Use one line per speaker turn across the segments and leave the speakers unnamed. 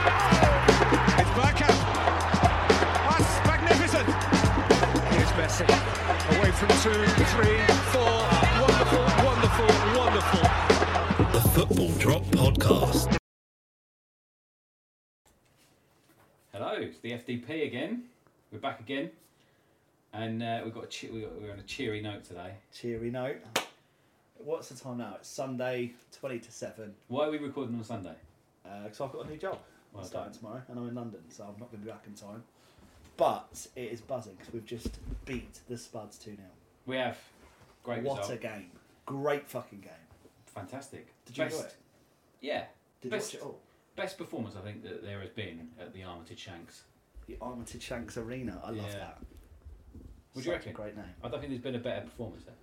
It's Bergkamp. That's magnificent. Here's Messi. Away from two, three, four. Wonderful, wonderful, wonderful.
The Football Drop Podcast.
Hello, it's the FDP again. We're back again, and uh, we've got a che- we got, we're on a cheery note today.
cheery note. What's the time now? It's Sunday, 20 to 7.
Why are we recording on Sunday?
Because I've got a new job.
Well
I'm starting tomorrow and I'm in London, so I'm not going to be back in time. But it is buzzing because we've just beat the Spuds 2 0.
We have great
What
result.
a game. Great fucking game.
Fantastic.
Did you enjoy
Best-
it?
Yeah.
Did
best,
you watch it Oh. all?
Best performance I think that there has been at the Armitage Shanks.
The Armitage Shanks Arena. I love
Yeah.
that.
What do you
Such a
reckon?
great name.
I don't think there's been a better performance there.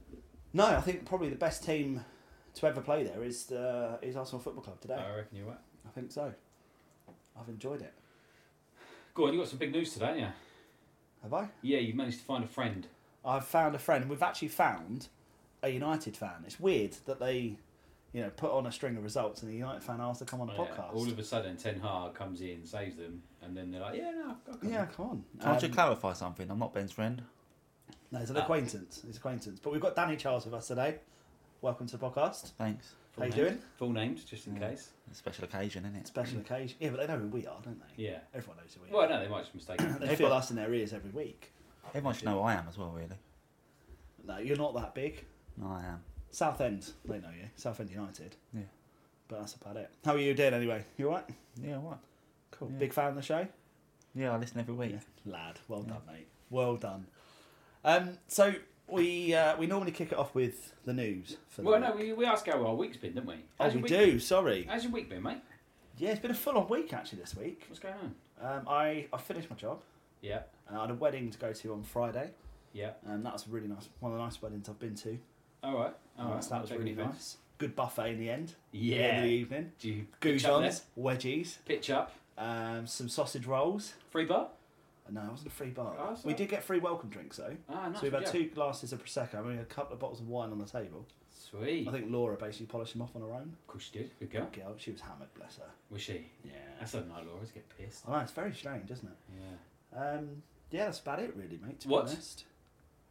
No, I think probably the best team to ever play there is the, is Arsenal Football Club today.
I reckon you're right.
I think so. I've enjoyed it.
Go on, you got some big news today, haven't you?
Have I?
Yeah, you managed to find a friend.
I've found a friend. We've actually found a United fan. It's weird that they, you know, put on a string of results and the United fan asked to come on a
Oh, Yeah,
podcast.
all of a sudden, Ten Hag comes in, saves them, and then they're like, "Yeah, no, I've got
yeah, come on.
Can I
Um,
just clarify something? I'm not Ben's friend.
no,
Ah.
it's an acquaintance. It's an acquaintance. But we've got Danny Charles with us today. Welcome to the podcast.
Thanks.
How you
names,
doing?
Full names, just in case.
It's a special occasion, isn't it?
Special occasion. Yeah, but they know who we are, don't they?
Yeah.
Everyone knows who we
Well,
are.
no, they might just mistake. it.
They feel us in their ears every week.
Everyone should know who I am as well, really.
No, you're not that big.
No, I am.
South End, they know you. South End United.
Yeah.
But that's about it. How are you doing anyway? You alright?
Yeah, what?
Cool. Big fan of the show?
Yeah, I listen every week.
Yeah, lad. Well done, mate. Well done. Um, so we uh, we normally kick it off with the news. For the
Well, no,
week.
we, we ask how our week's been, didn't we?
oh,
How's
we
your week
do.
been?
Sorry.
How's your week been, mate?
Yeah, it's been a full on week actually this week.
What's going on?
Um, I I finished my job.
Yeah,
Uh, I had a wedding to go to on Friday,
yeah.
and that was really nice. One of the nice weddings I've been to.
All right, all right.
So that was
Take
really
an offence.
nice. Good buffet in the end. At the end
Yeah.
of the evening.
Do you pitch up
Goujons, wedgies,
there? Pitch up.
um, some sausage rolls.
Free bar.
No, it wasn't a free bar.
Oh, so-
we did get free welcome drinks though.
Ah, nice,
so we've had
yeah.
two glasses of prosecco. I mean, a couple of bottles of wine on the table.
Sweet.
I think Laura basically polished them off on her own.
Of course you did. Good girl.
Girl, she was hammered, bless her.
Was she?
Yeah.
That's a night Laura's get pissed.
I know, it's very strange, isn't it?
Yeah.
Um, yeah, that's about it, really, mate, to
What?
be honest.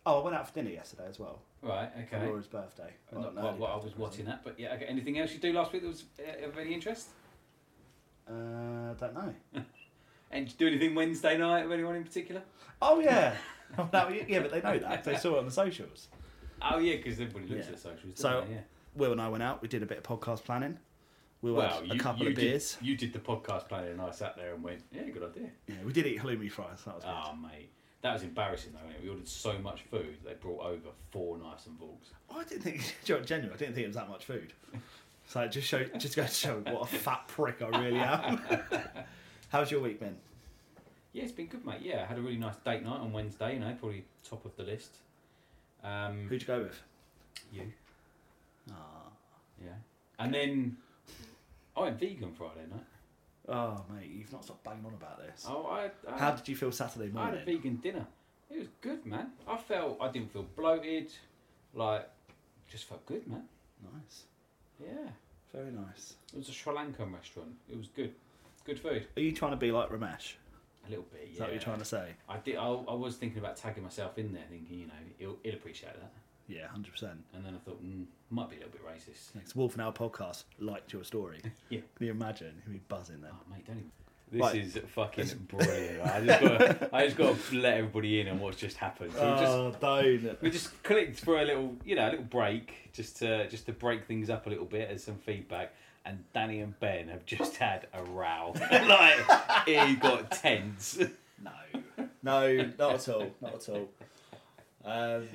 Oh, I went out for dinner yesterday as well.
Right.
For
Okay.
Laura's birthday.
Not
Well, an
what,
early
what I
birthday
was
present.
watching that, but yeah. Okay. Anything else you do last week that was uh, of any interest?
Uh, don't know.
And did you do anything Wednesday night with anyone in particular?
Oh, yeah. no, yeah, but they know that. They saw it on the socials.
Oh yeah, because everybody looks
Yeah.
at socials. doesn't
So-
they? yeah.
Will and I went out. We did a bit of podcast planning. We had
Well,
a
you-
couple
you
of
did-
beers.
you did the podcast planning, and I sat there and went, "Yeah, good idea."
Yeah, we did eat halloumi fries. That was
Ah,
Oh, mate. That was embarrassing, though, wasn't it? We ordered so much food, they brought over four knives and forks.
Ah.
good. I didn't think, genuinely, I didn't think it was that much food. So it just show, just goes to show what a fat prick I really am. How's your week been?
Yeah, it's been good, mate. Yeah, I had a really nice date night on Wednesday. You know, probably top of the list. Um,
Who'd you go with?
You.
Ah.
Yeah. And then I went vegan Friday night.
Oh, mate, you've not stopped banging on about this.
Oh, I. I
How did you feel Saturday
I had a
morning?
vegan dinner. It was good, man. I felt I didn't feel bloated. Like, just felt good, man.
Nice.
Yeah.
Very nice.
It was a Sri Lankan restaurant. It was good. Good food.
Are you trying to be like Ramesh?
A little bit. Yeah.
Is that what you're trying to say?
I did. I, I was thinking about tagging myself in there, thinking, you know, he'll, he'll appreciate that.
Yeah, 100%.
And then I thought, mm, might be a little bit racist.
Next, Wolf and Owl podcast liked your story.
Yeah.
Can you imagine? He'd be buzzing then.
Mate, don't even.
This
Hmm. Right.
is fucking brilliant. I just got I just got to let everybody in on what's just happened. So we
Uh.
just-
Oh, don't.
we just clicked for a little, you know, a little break just to just to break things up a little bit as some feedback. And Danny and Ben have just had a row. like it got tense.
No, not at all. Not at all. Um,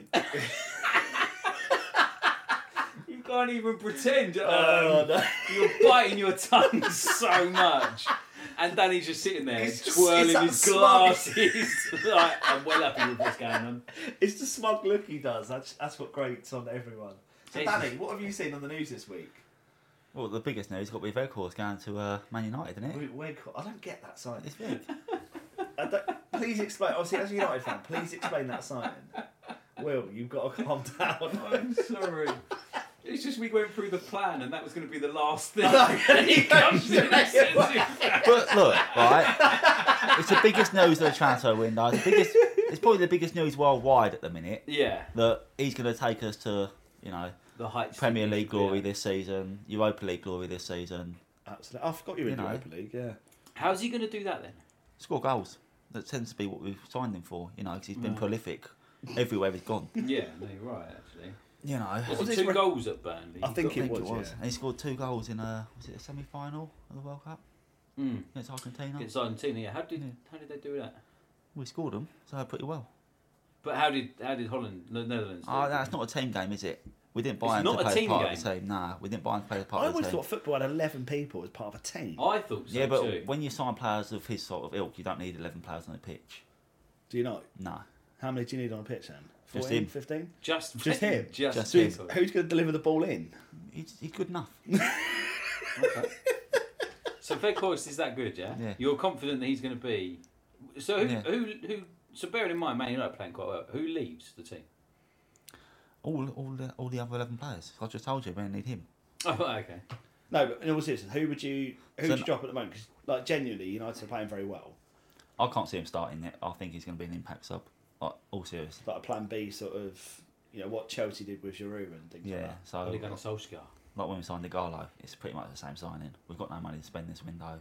You can't even pretend. Um,
Oh, no.
You're biting your tongue so much. And Danny's just sitting there
He's just- he's
twirling
that
his
smug.
glasses. like, I'm well happy with what's going on.
it's the smug look he does. That's, that's what grates on everyone. So,
Jesus.
Danny, what have you seen on the news this week?
Well, the biggest news got to be Veghorst going to uh, Man United, isn't it?
We- we're co- I don't get that signing.
It's big.
I don't- Please explain. Obviously, as a United fan, please explain that signing. Will, you've got to calm down.
I'm sorry. It's just we went through the plan and that was going to be the last thing. and he comes in and says it.
But look, right, it's the biggest news of the transfer window. It's, the biggest, it's probably the biggest news worldwide at the minute
Yeah,
that he's going to take us to, you know,
the heights.
Premier
that we
League
should be
glory
at.
this season, Europa League glory this season.
Absolutely. I forgot you were in
You know.
the Europa League, yeah.
How's he going to do that then?
Score goals. That tends to be what we've signed him for, you know, because he's been prolific everywhere he's gone.
Mm. Yeah, no, you're right, actually.
You know,
Was it
his
two
re-
goals at Burnley?
I think
I
it
think
was,
it was.
yeah.
And he scored two goals in a was it a semi final of the World Cup
Mm.
against Argentina.
Against Argentina, yeah. How did, how did they do that?
We scored them, so pretty well.
But how did how did Holland, the Netherlands? do
Oh,
it?
that's not a team game, is it? We didn't buy
It's
him to
not a
play as
team
part
game.
of the team. Nah, we didn't buy him to play as part
I
of the
always
team.
thought football had 11 people as part of a team.
I thought so
yeah, but
too.
when you sign players of his sort of ilk, you don't need eleven players on the pitch.
Do you know?
Nah.
How many do you need on a pitch then?
Just
14,
him.
15?
Just
Just him.
Just,
Just
him.
him.
Who's going to deliver the ball in?
He's, he's good enough.
So Veghorst is that good, yeah?
Yeah.
You're confident that he's going to be. So who,
Yeah.
who who? So bearing in mind, Man United are playing quite well. Who leaves the team?
all all the, all the other eleven players. I just told you we don't need him.
Oh, right, okay.
No, but in all seriousness, who would you who
So
would
n-
you drop at the moment? Because like genuinely, United are playing very well.
I can't see him starting it. I think he's going to be an impact sub. Like, all serious.
It's like a Plan B sort of, you know, what Chelsea did with Giroud and things like
Yeah.
that.
So
Ole Gunnar
like
Solskjaer.
when we signed Igalo, it's pretty much the same signing. We've got no money to spend this window.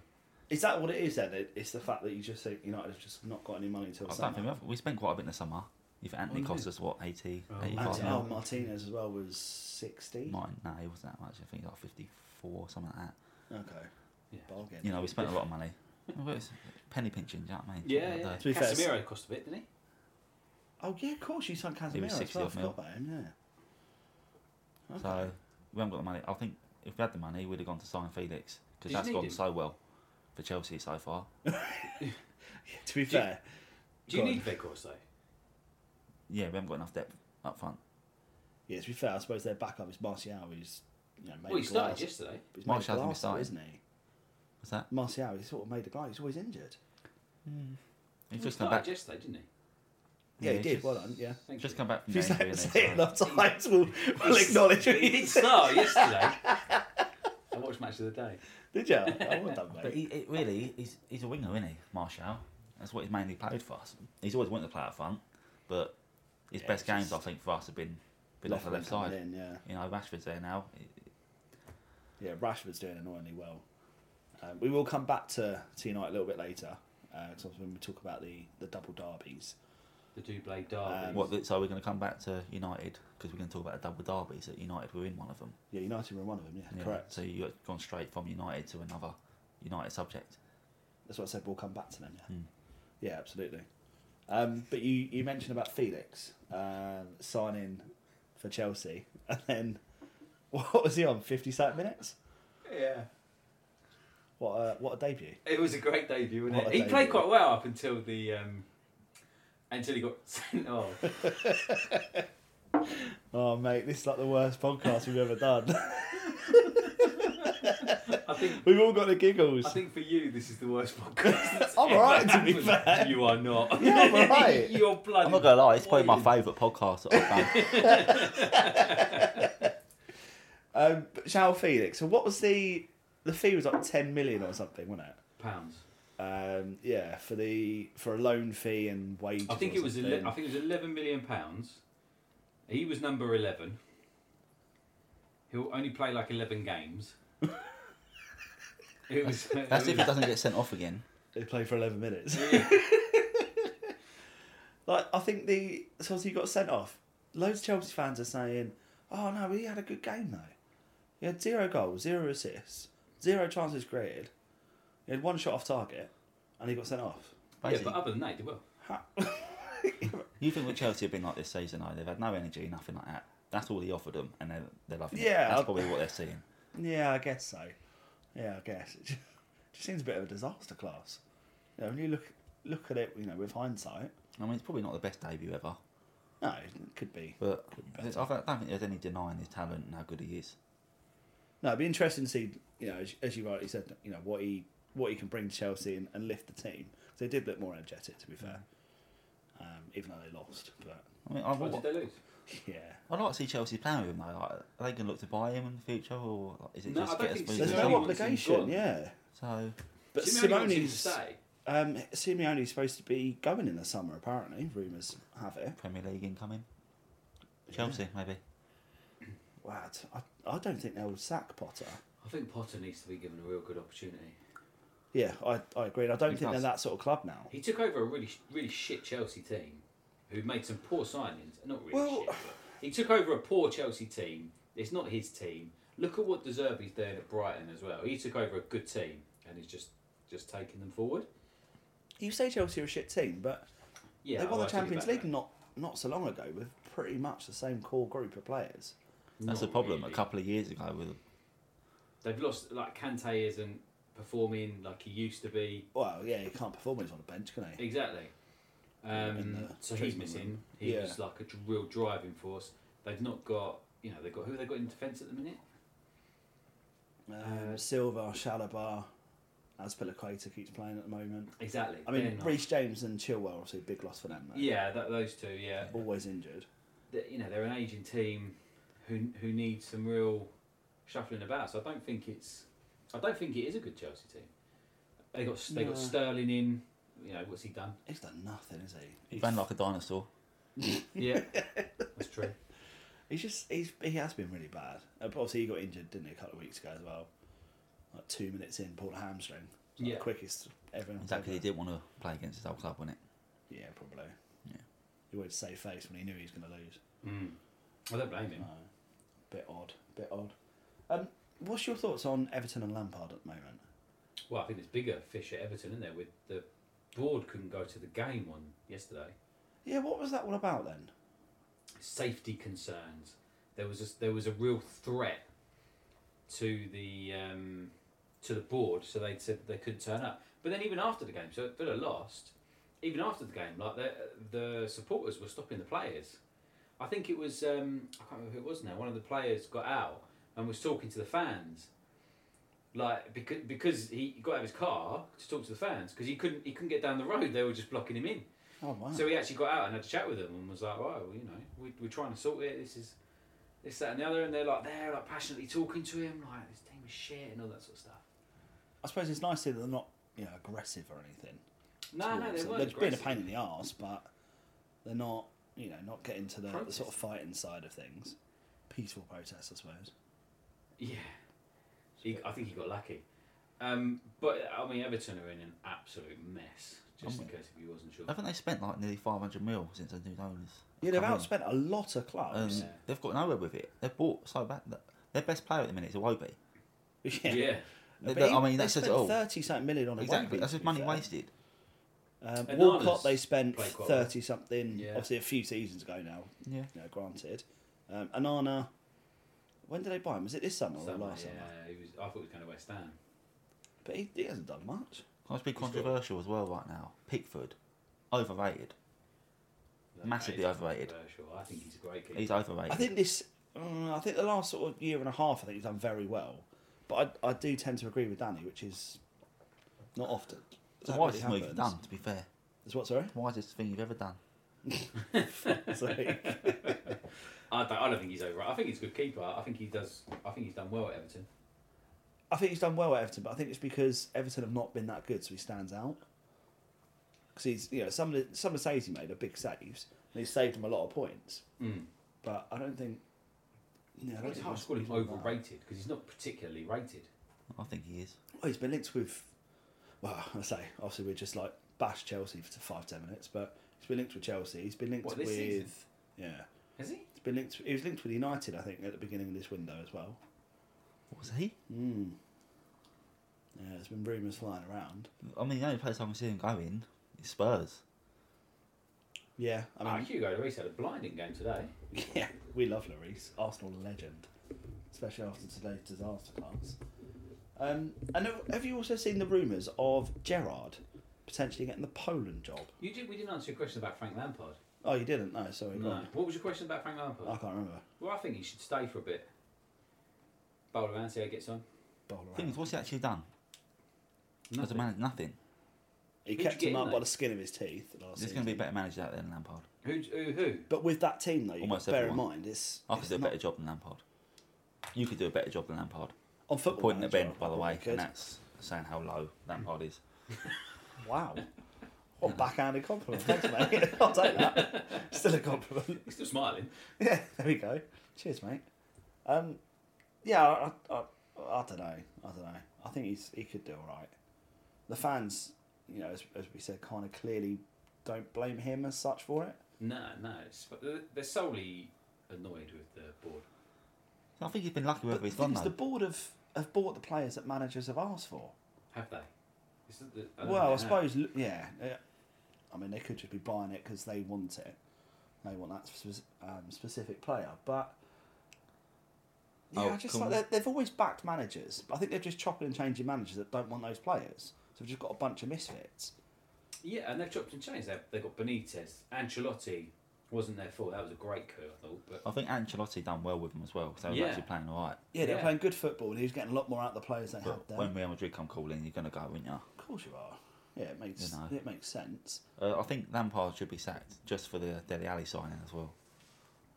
Is that what it is then? It- It's the fact that you just think United have just not got any money until
I
summer.
don't think we, have, we spent quite a bit in the summer. If Anthony cost us what 80, 85
And,
mil?
oh, Martinez as well was 60.
Mine, no, he wasn't that much. I think he got 54, something like that.
Okay.
Yeah.
Bargain.
You know, we spent a lot of money. Well, it's penny pinching, do you know what I mean?
Yeah,
Like
yeah.
that.
be fair, it's-
Casemiro cost a bit, didn't he?
Oh, yeah, of course, you signed
He
Casemiro
was
as
60
well. I
odd
forgot about him, yeah.
So we haven't got the money. I think if we had the money, we'd have gone to sign Felix
Did
because
you
that's
need
gone
him?
so well for Chelsea so far.
To be fair,
Do you
Go on.
need Veghorst though?
Yeah, we haven't got enough depth up front.
yeah, to be fair, I suppose their backup is Martial, who's, you know, made
Well, he
a
started
glass.
yesterday.
He's made a
Martial's gonna be
glass, though,
starting.
isn't he?
What's that?
Martial, he's sort of made a glass. He's always injured.
He's
He
just come
started
back.
yesterday, didn't he?
Yeah, he
he's
did.
Just,
Well done. Yeah.
Thank
just
you.
come back from
If you say,
the injury.
say
isn't he?
it enough times, we'll, we'll acknowledge what
He
you
did start yesterday. I watched match of the day.
did. you? I would have,
But
mate.
he, it really, he's, he's a winger, isn't he, Martial? That's what he's mainly played for us. He's always wanted to play up front, but his best
it's
games,
just-
I think, for us have been, been off the left
coming
side.
in, yeah.
You know, Rashford's there now.
Yeah, Rashford's doing annoyingly well. Um, we will come back to, to United a little bit later. Because when we talk about the, the double derbies,
The Dublé
Um,
derby.
What, so we're going to come back to United because we're going to talk about the double derbies that United were in one of them.
yeah, United were in one of them. Yeah,
Yeah.
correct.
So you've gone straight from United to another United subject.
That's what I said. We'll come back to them.
Hmm.
Yeah, yeah, absolutely. Um, but you, you mentioned about Felix um, signing for Chelsea, and then what was he on? Fifty-seven minutes.
Yeah.
What a, what a debut.
It was a great debut, wasn't
What
it?
a
He played
debut.
quite well up until the um, until he got sent off.
Oh, mate, this is like the worst podcast we've ever done.
I think
we've all got the giggles.
I think for you, this is the worst podcast. that's
I'm
ever
alright, to be
happened.
fair.
You are not.
Yeah, I'm alright.
You're bloody.
I'm not gonna lie, it's probably my favourite podcast that I've done.
Um, but João Felix. So what was the the fee was like ten million or something, wasn't it?
Pounds.
Um, yeah, for the for a loan fee and wages.
I think
or
it was.
something.
ele- I think it was eleven million pounds. He was number eleven. He'll only play like eleven games. it was.
That's if he doesn't get sent off again.
They play for eleven minutes. like I think the so obviously he got sent off. Loads of Chelsea fans are saying, "Oh no, he had a good game though. He had zero goals, zero assists, zero chances created. He had one shot off target, and he got sent off."
Yeah, but other than that, he did well.
You think with Chelsea have been like this season? Like they've had no energy, nothing like that. That's all he offered them, and they're they're loving it.
Yeah.
that's probably what they're seeing.
Yeah, I guess so. Yeah, I guess it just, just seems a bit of a disaster class. You know, when you look look at it, you know, with hindsight,
I mean, it's probably not the best debut ever,
no, it could be.
but there's- I don't think there's any denying his talent and how good he is.
No, it'd be interesting to see, you know, as, as you rightly said, you know, what he what he can bring to Chelsea and, and lift the team. 'Cause they did look more energetic, to be fair. Um, even though they lost, but
I mean, I,
What
what,
did they lose?
yeah,
I'd like to see Chelsea playing with him though. Like, are they going to look to buy him in the future, or like, is it
No, I
just
don't
get us
think
through
so.
there's
the
Simeone
no
league?
wants him
obligation,
gone.
yeah.
So
But
Simeone wants him to
Simone's
stay.
um, Simeone's supposed to be going in the summer, apparently. Rumours have it.
Premier League incoming, Chelsea maybe.
Wow, I, I don't think they'll sack Potter.
I think Potter needs to be given a real good opportunity.
Yeah, I, I agree. and I don't
He
think
does.
they're that sort of club now.
He took over a really really shit Chelsea team, who made some poor signings. Not really
Well-
shit. But he took over a poor Chelsea team. It's not his team. Look at what Deserby's doing at Brighton as well. He took over a good team and he's just just taking them forward.
You say Chelsea are a shit team, but
Yeah,
they
oh,
won
I
the
like it
Champions
about
League
that.
not not so long ago with pretty much the same core group of players.
That's
Not
the problem.
really.
A couple of years ago, with
They've lost like Kante isn't performing like he used to be.
Well, yeah, he can't perform when he's on the bench, can he?
Exactly. Um,
the
so he's
treatment
missing.
room.
He
Yeah.
was like a dr- real driving force. They've not got you know they've got who have they got in defence at the minute.
Um, Silva, Shalabar, Azpilicueta keeps playing at the moment.
Exactly.
I
they're
mean,
not-
Reece James and Chilwell, obviously, big loss for them. Though.
Yeah, that, those two. Yeah,
Always injured.
that, you know they're an aging team who who need some real shuffling about. So I don't think it's I don't think it is a good Chelsea team. They got they
No.
got Sterling in. You know what's he done?
He's done nothing, is he?
he ran like a dinosaur.
Yeah, that's true.
He's just he's he has been really bad. And Obviously, he got injured, didn't he, a couple of weeks ago as well? Like two minutes in, pulled a hamstring. It's like
Yeah.
the quickest everyone.
Exactly, he didn't want to play against his old club, wasn't it?
Yeah, probably.
Yeah.
He wanted to save face when he knew he was going to lose.
I don't blame him.
Bit odd. Bit odd. Um, what's your thoughts on Everton and Lampard at the moment?
Well, I think there's bigger fish at Everton in there. With the board couldn't go to the game on yesterday.
Yeah, what was that all about then?
Safety concerns. There was a, there was a real threat to the um, to the board, so they said they couldn't turn up. But then even after the game, so Villa lost. Even after the game, like the the supporters were stopping the players. I think it was um, I can't remember who it was now. One of the players got out and was talking to the fans, like because because he got out of his car to talk to the fans because he couldn't he couldn't get down the road. They were just blocking him in.
Oh wow!
So he actually got out and had a chat with them and was like, "Well, you know, we, we're trying to sort it. This is this, that, and the other." And they're like, they're like passionately talking to him, like this team is shit and all that sort of stuff.
I suppose it's nice that they're not you know aggressive or anything.
No, no,
towards
they
them.
weren't.
They're being a
aggressive.
pain in the arse, but they're not you know not getting to the, the
Protest.
sort of fighting side of things. Peaceful protest, I suppose.
Yeah, he, I think he got lucky. Um, but I mean, Everton are in an absolute mess. Just in case if you wasn't sure.
Haven't they spent like nearly 500 mil since the new owners?
Yeah, they've
come in?
outspent a lot of clubs.
Um, They've got nowhere with it. They've bought so bad that their best player at the minute is Iwobi.
yeah,
Yeah,
But
They- they- I
even-
mean,
they
that says it
spent
all.
Thirty something million on a
Exactly,
Wembley,
that's
to
just
be
money
fair.
wasted.
Um,
And
Walcott,
Nana's
they spent
played quite well.
thirty something.
Yeah.
Obviously, a few seasons ago now.
Yeah.
You know, granted. Um, Anana, when did they buy him? Was it this summer,
Summer,
or last summer?
yeah, he was. I thought he was going to West Ham.
But he, he hasn't done much.
Let's be controversial as well right now. Pickford, overrated. Massively
That is
overrated.
I think he's a great keeper.
He's overrated.
I think this. Uh, I think the last sort of year and a half, I think he's done very well. But I, I do tend to agree with Danny, which is not often.
So
That
why
really
is this move you've
happens.
done? To be fair,
it's what sorry?
Why is this thing you've ever done?
I don't, I don't think he's over. I think he's a good keeper. I think he does. I think he's done well at Everton.
I think he's done well at Everton, but I think it's because Everton have not been that good, so he stands out. Because he's, you know, some of the some of the saves he made are big saves, and he's saved him a lot of points.
Mm.
But I don't think. No, I don't
it's
think
hard
he's
to call him
done that.
overrated because he's not particularly rated.
I think he is.
Well, Oh, he's been linked with. Well, I say obviously we're just like bash Chelsea for five ten minutes, but he's been linked with Chelsea. He's been linked
What,
with.
this season?
Yeah.
Has he?
He's been linked. He was linked with United, I think, at the beginning of this window as well.
Was he?
Mm. Yeah, Uh, there's been rumours flying around.
I mean, the only place I can see him going is Spurs.
Yeah, I mean,
Ah, Hugo Lloris had a blinding game today.
Yeah, we love Lloris, Arsenal legend, especially after today's disaster class. Um, and have- have you also seen the rumours of Gerard potentially getting the Poland job?
You did. We didn't answer your question about Frank Lampard.
Oh, you didn't? No, sorry. go
No.
on.
What was your question about Frank Lampard?
Uh,
I can't remember.
Well, I think he should stay for a bit. Bowl around, see how he gets on.
Thing is, what's he actually done? As a
Nothing.
man, nothing.
He
Who'd
kept
you
him
get in
up by
there?
the skin of his teeth last
There's
season.
going to be a better manager out there than Lampard.
Who? Who? who?
But with that team, though, you
Almost
bear in
everyone.
mind, it's
I could do a better job than Lampard. You could do a better job than Lampard.
On football
Pointing at
manager,
Ben,
I
by the way,
probably could.
and that's saying how low Lampard is.
wow. What a backhanded compliment. Thanks, mate. I'll take that. Still a compliment.
He's still smiling.
Yeah, there we go. Cheers, mate. Um, yeah, I, I, I, I don't know. I don't know. I think he's he could do all right. The fans, you know, as, as we said, kind of clearly don't blame him as such for it.
No, no. It's, but they're- they're solely annoyed with the board.
I think he's been lucky wherever
The
he's gone,
thing is,
though.
the board have have bought the players that managers have asked for.
Have they? Is it the- don't
well, I
think they have.
suppose, l- yeah. uh, I mean, they could just be buying it because they want it. They want that spec- um, specific player, but yeah,
Oh,
I just
can
like
we-
they- they've always backed managers. But I think they're just chopping and changing managers that don't want those players. So they've just got a bunch of misfits.
Yeah, and they've chopped and changed. They've, they've got Benitez. Ancelotti wasn't their fault. That was a great coup, I thought. But
I think Ancelotti done well with him as well, so they
Yeah.
were actually playing all right.
Yeah, they're
Yeah.
playing good football, and he was getting a lot more out of the players they had
But
there.
when Real Madrid come calling, you're going to go, aren't you?
Of course, you are. Yeah, it makes
You know.
it makes sense.
Uh, I think Lampard should be sacked just for the Deli Alley signing as well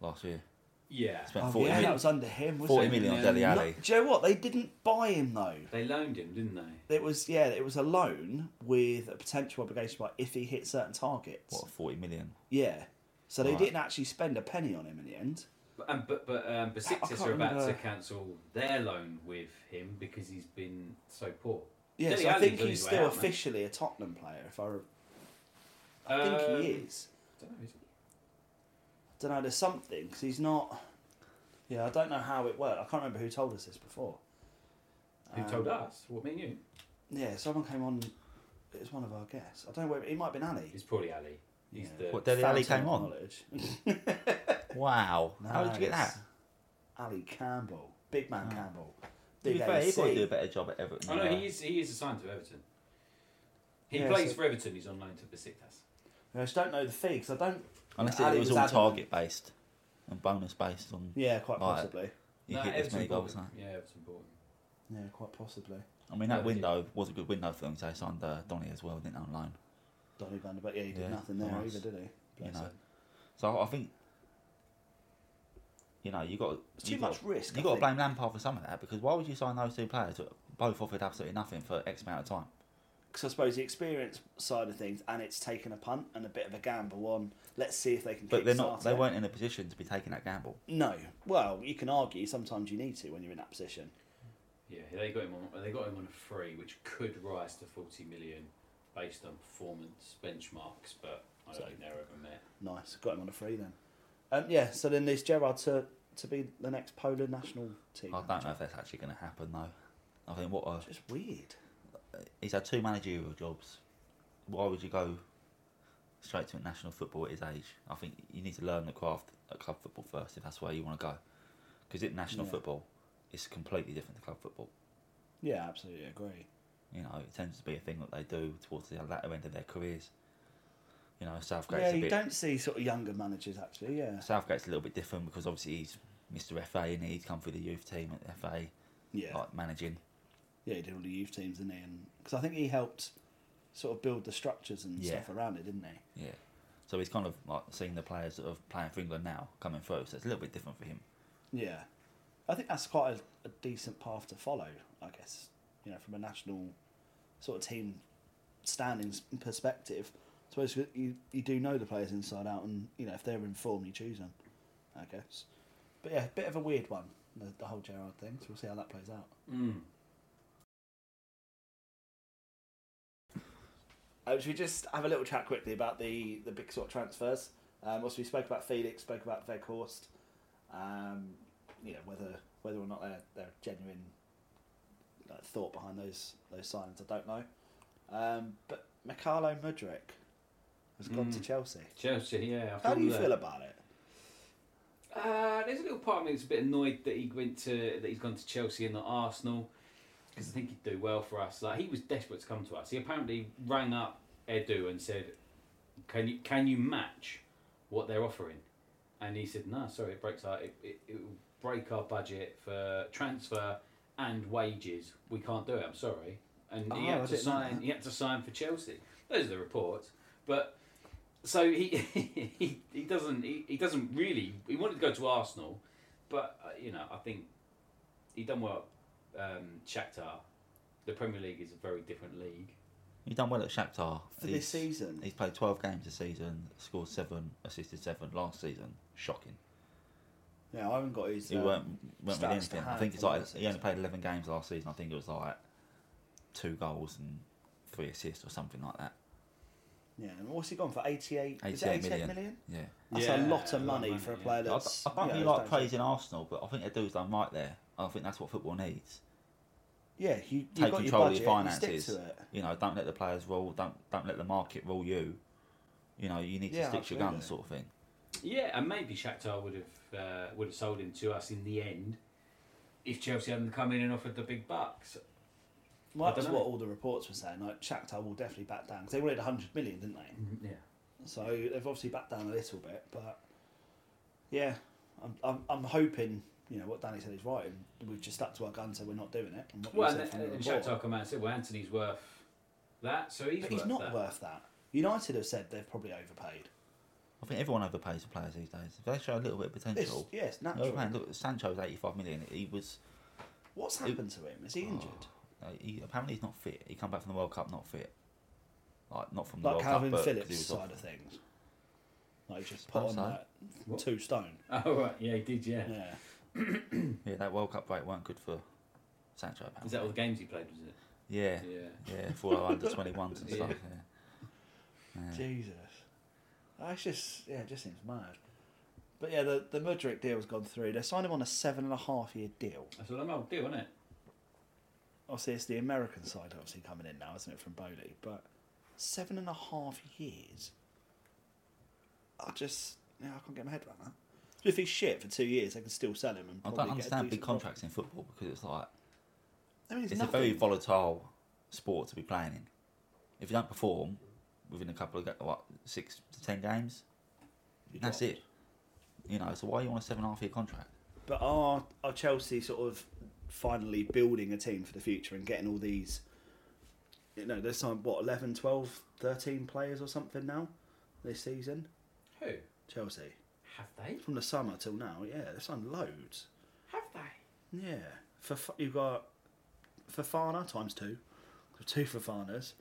last year.
yeah,
Spent
Oh,
40
yeah,
mil-
that was under him. Was
40
it?
million on
Yeah.
Dele
No-
Alli.
Do you know what? They didn't buy him though.
they loaned him, didn't they?
It was yeah, it was a loan with a potential obligation by if he hit certain targets.
What, 40 million?
Yeah. So they
Right.
didn't actually spend a penny on him in the end.
But and, but, but um, Besiktas
can't
are about
remember.
to cancel their loan with him because he's been so poor.
Yeah,
Dele
so I
Alli's
think
on
he's
his way
still
out, man.
officially a Tottenham player. If I, re- I think
Um,
he is.
don't know, is he?
I don't know. There's something because he's not. Yeah, I don't know how it worked. I can't remember who told us this before.
Who told
Um,
us? What, me and you?
Yeah, someone came on. It was one of our guests. I don't know. Whether, it might have been Ali.
It's probably Ali. He's the
What, Deli Alley
Fountain
came
of
on?
knowledge.
Wow. How did you get
Nice.
that? Ah.
Ali Campbell, big man Campbell.
To be
Big
fair, he's got to
AC.
do a better job at Everton.
Oh no,
than, uh,
he is. He is assigned to Everton. He
Yeah,
plays
so-
for Everton. He's on loan to Besiktas.
I just don't know the fee 'cause I don't.
Unless
Ali
it was all
adamant.
target based and bonus based on.
Yeah, quite
like,
possibly.
You hit this many
bought
goals.
him.
huh?
Yeah, Everton bought him.
Yeah, quite possibly.
I mean,
No, they
that
did.
window was a good window for them because they signed uh, Donny as well, didn't they, on loan?
Donny Van der Beek, yeah, he did
Yeah,
nothing there
nice.
either, did he?
You
Bless
know.
him.
So I think, you know, you got
It's
you
too
got-
much risk, I
You got to
think.
blame Lampard for some of that because why would you sign those two players that both offered absolutely nothing for X amount of time?
'Cause I suppose the experience side of things, and it's taking a punt and a bit of a gamble on. Let's see if they can.
But they're not.
kickstart
They
it.
weren't in a position to be taking that gamble.
No. Well, you can argue. Sometimes you need to when you're in that position.
Yeah, they got him on. They got him on a free, which could rise to forty million, based on performance benchmarks. But I don't think they're ever met.
Nice. Got him on a free then. Um, yeah. So then there's Gerard to to be the next Poland national team.
I don't know if that's actually going to happen though. I think what a,
It's weird.
he's had two managerial jobs. Why would you go straight to national football at his age? I think you need to learn the craft at club football first if that's where you want to go. Because at national
Yeah.
football, it's completely different to club football.
Yeah, absolutely agree.
You know, it tends to be a thing that they do towards the latter end of their careers. You know, Southgate's
yeah,
a
you
bit,
don't see sort of younger managers actually. Yeah,
Southgate's a little bit different because obviously he's Mr. FA and he'd come through the youth team at FA,
Yeah.
like managing.
yeah, he did all the youth teams, didn't he? Because I think he helped sort of build the structures and
Yeah.
stuff around it, didn't he?
Yeah. So he's kind of like seeing the players that are playing for England now coming through. So it's a little bit different for him.
Yeah, I think that's quite a, a decent path to follow. I guess you know from a national sort of team standings perspective. I suppose you- you you do know the players inside out, and you know if they're in form, you choose them. I guess, but yeah, bit of a weird one the, the whole Gerard thing. So we'll see how that plays out. Uh, should we just have a little chat quickly about the, the big sort of transfers? Um, also, we spoke about Felix, spoke about Veghorst. Um, you know whether whether or not they're they're genuine like, thought behind those those signings, I don't know. Um, but Mikhailo Mudrik has gone to
Hmm.
Mm.
Chelsea.
Chelsea, yeah. I
How do you
that.
feel about it?
Uh, there's a little part of me that's a bit annoyed that he went to that he's gone to Chelsea and not Arsenal because I think he'd do well for us. Like he was desperate to come to us. He apparently rang up Edu and said, "Can you can you match what they're offering?" And he said, "No, sorry, it breaks our it, it, it will break our budget for transfer and wages. We can't do it. I'm sorry." And he
Oh,
had
I
to
didn't know
sign.
that.
He had to sign for Chelsea. Those are the reports, but. So he, he he doesn't he, he doesn't really he wanted to go to Arsenal, but uh, you know I think he done well. at, Um, Shakhtar, the Premier League is a very different league.
He's done well at Shakhtar
For this season?
He's played twelve games this season, scored seven, assisted seven last season. Shocking.
Yeah, I haven't got his.
He
um,
weren't,
stats
weren't with
to
anything. I
hand
think it's
for
like
this
he only played eleven games last season. I think it was like two goals and three assists or something like that.
Yeah, and what's he gone for? 88, is it
88
88
million.
million?
Yeah.
That's
Yeah,
a lot
a
of money for a player
I,
that's.
I don't
you
really
know,
like
don't-
praising Arsenal, but I think they do done right there. I think that's what football needs.
Yeah, you, you've
take
got
control
your budget,
of your finances.
You stick to it.
You know, don't let the players rule. Don't don't let the market rule you. You know, you need to
Yeah,
stick to your
absolutely.
guns, sort of thing.
Yeah, and maybe Shakhtar would have uh, would have sold him to us in the end if Chelsea hadn't come in and offered the big bucks.
Well,
I
that's
dunno.
what all the reports were saying. Like Shakhtar will definitely back down because they wanted 100 million, didn't
Mm.
they?
Mm, Yeah.
So they've obviously backed down a little bit, but yeah, I'm I'm, I'm hoping you know what Danny said is right, and we've just stuck to our guns, so we're not doing it. And what we
Well,
said
and,
from the
and
report.
Shakhtar come out and said, "Well, Anthony's worth that, so he's
but he's
worth
not
that."
worth that. United have said they've probably overpaid.
I think everyone overpays the players these days. If they show a little bit of potential,
It's- yeah, it's
Look,
natural.
Man, look, Sancho's eighty-five million. He was.
What's happened to him? Is
Oh.
he injured?
he, apparently, he's not fit. He come back from the World Cup not fit. Like not from the
Like
World
Calvin
Cup, but 'cause he
Phillips
was off.
side of things. Like just put
Suppose
on
so.
that two stone.
Oh right, yeah, he did, yeah.
Yeah.
Yeah, that World Cup break weren't good for Sancho. Apparently.
Is that all the games he played? Was it?
Yeah,
Yeah.
yeah, for all under twenty ones and
Yeah.
stuff. Yeah. Yeah.
Jesus. That's Uh, just yeah, it just seems mad. But yeah, the the Mudrick deal's gone through. They signed him on a seven and a half year deal.
That's what I'm old deal, isn't it?
Obviously, it's the American side obviously coming in now, isn't it, from Bowley? But seven and a half years. I just yeah, I can't get my head around that. If he's shit for two years, they can still sell him. And
I
probably
don't
get a
understand big
decent profit.
contracts in football because it's like
I mean,
it's,
it's,
a very
nothing.
volatile sport to be playing in. If you don't perform within a couple of ga- what six to ten games, that's it. You know, so why you want a seven and a half year contract?
But are are Chelsea sort of finally building a team for the future and getting all these? You know, there's signed what 11, 12, 13 players or something now this season.
Who?
Chelsea.
Have they?
From the summer till now, yeah, they've signed loads.
Have they?
Yeah, for you've got Fafana times two, so two Fafanas,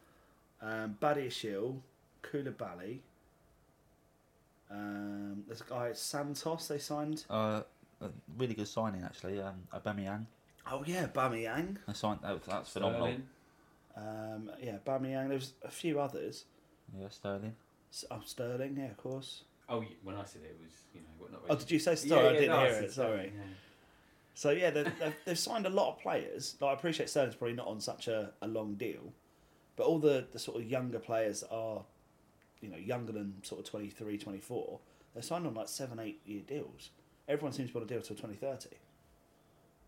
um, Badiashil, Koulibaly. Um, there's a guy Santos they signed.
Uh, a really good signing actually. Um, Aubameyang.
Oh yeah, Bamiyang.
I signed that. That's phenomenal.
Um, yeah, Bamiyang. There was a few others.
Yeah, Sterling.
S- Oh, Sterling. Yeah, of course.
Oh, yeah, when I said it, it was you know what not.
Oh, did you say Sterling? I didn't hear it. Sorry. So yeah, they've, they've, they've signed a lot of players. Like, I appreciate Sterling's probably not on such a, a long deal, but all the, the sort of younger players that are, you know, younger than sort of 23, 24, they're signed on like seven, eight year deals. Everyone seems to want a deal till 2030.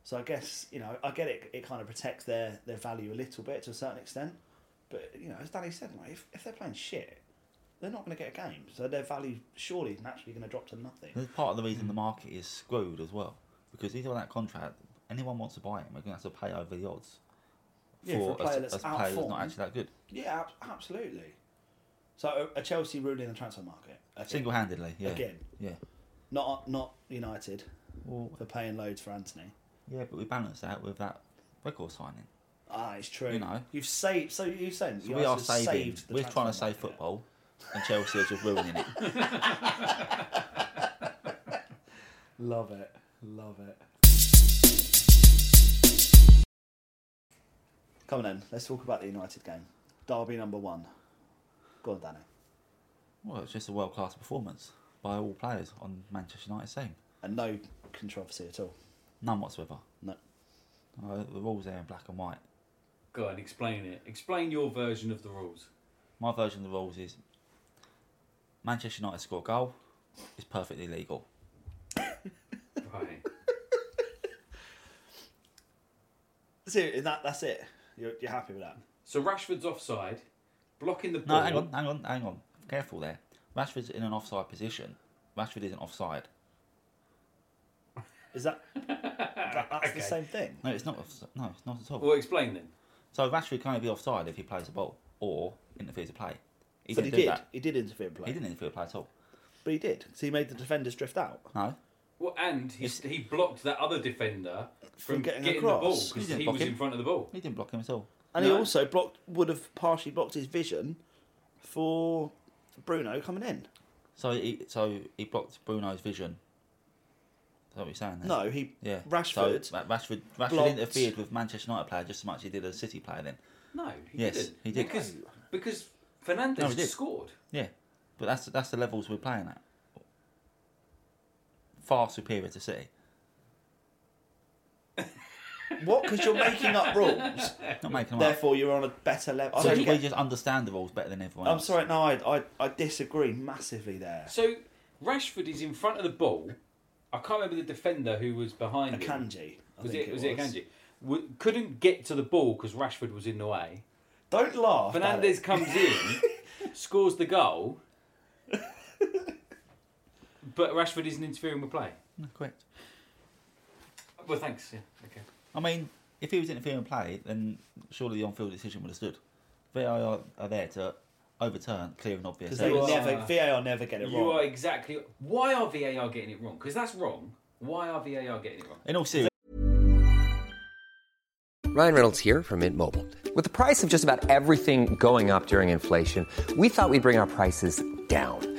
So I guess you know I get it. It kind of protects their their value a little bit to a certain extent. But you know, as Danny said, like, if if they're playing shit, they're not going to get a game. So their value surely is naturally going to drop to nothing.
That's part of the reason the market is screwed as well, because he's on that contract. Anyone wants to buy him, we're going to have to pay over the odds
Yeah, for a player that's
a
out of
player that's
form.
not actually that good,
Yeah, ab- absolutely. So a a Chelsea ruining the transfer market again.
single-handedly. Yeah.
Again,
Yeah.
not not United
Well-
for paying loads for Anthony.
Yeah, but we balance that with that record signing.
Ah, it's true.
You know.
you've saved. So you're saying
So
you
we are
guys have
saving.
saved the
we're trying to
transfer
save football, and Chelsea are just ruining it.
Love it. Love it. Come on then, let's talk about the United game. Derby number one. Go on, Danny.
Well, it's just a world-class performance by all players on Manchester United's team.
And no controversy at all.
None whatsoever.
No.
Uh, the rules there in black and white.
Go on, explain it. Explain your version of the rules.
My version of the rules is Manchester United score a goal, it's perfectly legal.
Right.
Seriously, that, that's it. You're, you're happy with that?
So Rashford's offside, blocking the
No,
ball.
hang on, hang on, hang on. Careful there. Rashford's in an offside position. Rashford isn't offside.
Is that, that that's the same thing?
No, it's not. Offside. No, it's not at all.
Well, explain then.
So Rashford can only be offside if he plays the ball or interferes with play. He
but he
didn't do
did.
that.
He did interfere with play.
He didn't interfere with play at all.
But he did. So he made the defenders drift out.
No.
Well, and he, he blocked that other defender from,
From getting
getting, the ball
across.
because
didn't
he
block
was
him.
in front of the ball.
He didn't block him at all.
And he
No.
also blocked would have partially blocked his vision for Bruno coming in.
So he so he blocked Bruno's vision. Is that what you're saying? There?
No, he
Yeah.
Rashford
So, Ra- Rashford. Rashford
blocked-
interfered with Manchester United player just as much as he did a City player. Then.
No, he
Yes,
didn't.
he did.
Because,
No.
because
No,
Fernandez
he did.
scored.
Yeah, but that's that's the levels we're playing at. Far superior to City.
What? Because you're making up rules.
Not making them up.
Therefore, you're on a better level. I
So
don't
we
get-
just understand the rules better than everyone.
I'm
else.
sorry. No, I, I I disagree massively there.
So Rashford is in front of the ball. I can't remember the defender who was behind him.
Akanji. I
Was
think
it, was it Akanji? W- couldn't get to the ball because Rashford was in the way.
Don't laugh.
Fernandez
Alex.
comes in, scores the goal, but Rashford isn't interfering with play.
No, correct.
Well, thanks. Yeah, okay.
I mean, if he was interfering with play, then surely the on-field decision would have stood. VAR are there to overturn clear and obvious.
Because they
You
will
errors.
are-
never VAR never get it
You are
wrong.
exactly. Why are VAR getting it wrong? Because that's wrong. Why are VAR getting it wrong?
In all seriousness,
Ryan Reynolds here from Mint Mobile. With the price of just about everything going up during inflation, we thought we'd bring our prices down.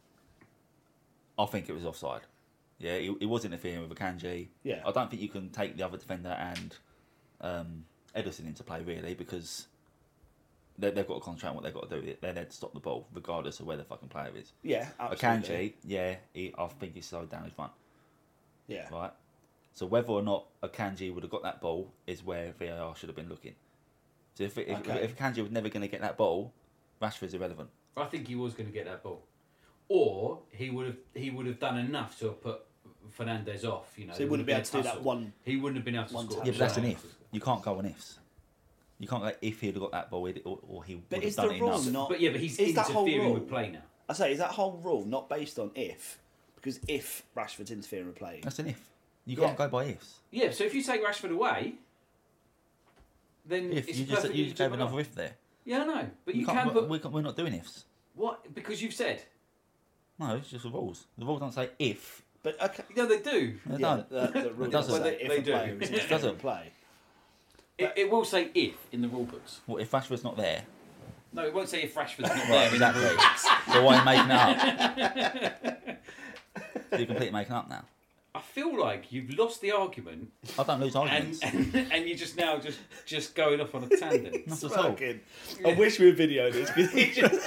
I think it was offside. Yeah, he, he was interfering with Akanji.
Yeah.
I don't think you can take the other defender and um, Edison into play really because they, they've got a contract. and What they've got to do, they're there to stop the ball regardless of where the fucking player is.
Yeah, absolutely.
Akanji, yeah, he, I think he slowed down his run,
Yeah.
right? So whether or not Akanji would have got that ball is where VAR should have been looking. So if if,
Okay.
if Akanji was never going to get that ball, Rashford's irrelevant.
I think he was going to get that ball, or he would have he would have done enough to have put Fernandez off. You know,
So he
there would
wouldn't be
have been
able to
a
do that
tussle.
one-
He wouldn't have been able to
one
score.
touch.
Yeah, but that's an
Sorry.
if. You can't go on ifs. You can't go if he'd have got that ball he'd- or, or he
But
would
is
have
the
done it
rule
enough.
not?
But yeah, but he's
is that whole
interfering with
rule-
play now.
I say, is that whole rule not based on if? Because if Rashford's interfering with play,
That's an if. You
Yeah.
can't go by ifs.
Yeah, so if you take Rashford away, then
if
it's
you just
perfectly
you just gave
legitimate.
another if there.
Yeah, I know, but you,
can't-
can
we-
put
we can't, we're not doing ifs.
what because you've said.
No, it's just the rules. The rules don't say if.
But okay.
No, they do.
They don't. it doesn't. it doesn't.
play.
It, it will say if in the rule books.
Well, if Rashford's not there,
No, it won't say if Rashford's not there.
right,
in the
exactly.
rule books.
so why are you making it up? so you're completely making up now.
I feel like you've lost the argument,
I don't lose
and,
arguments.
and and you're just now just just going off on a tangent.
Not at all.
I wish we had videoed this because he just.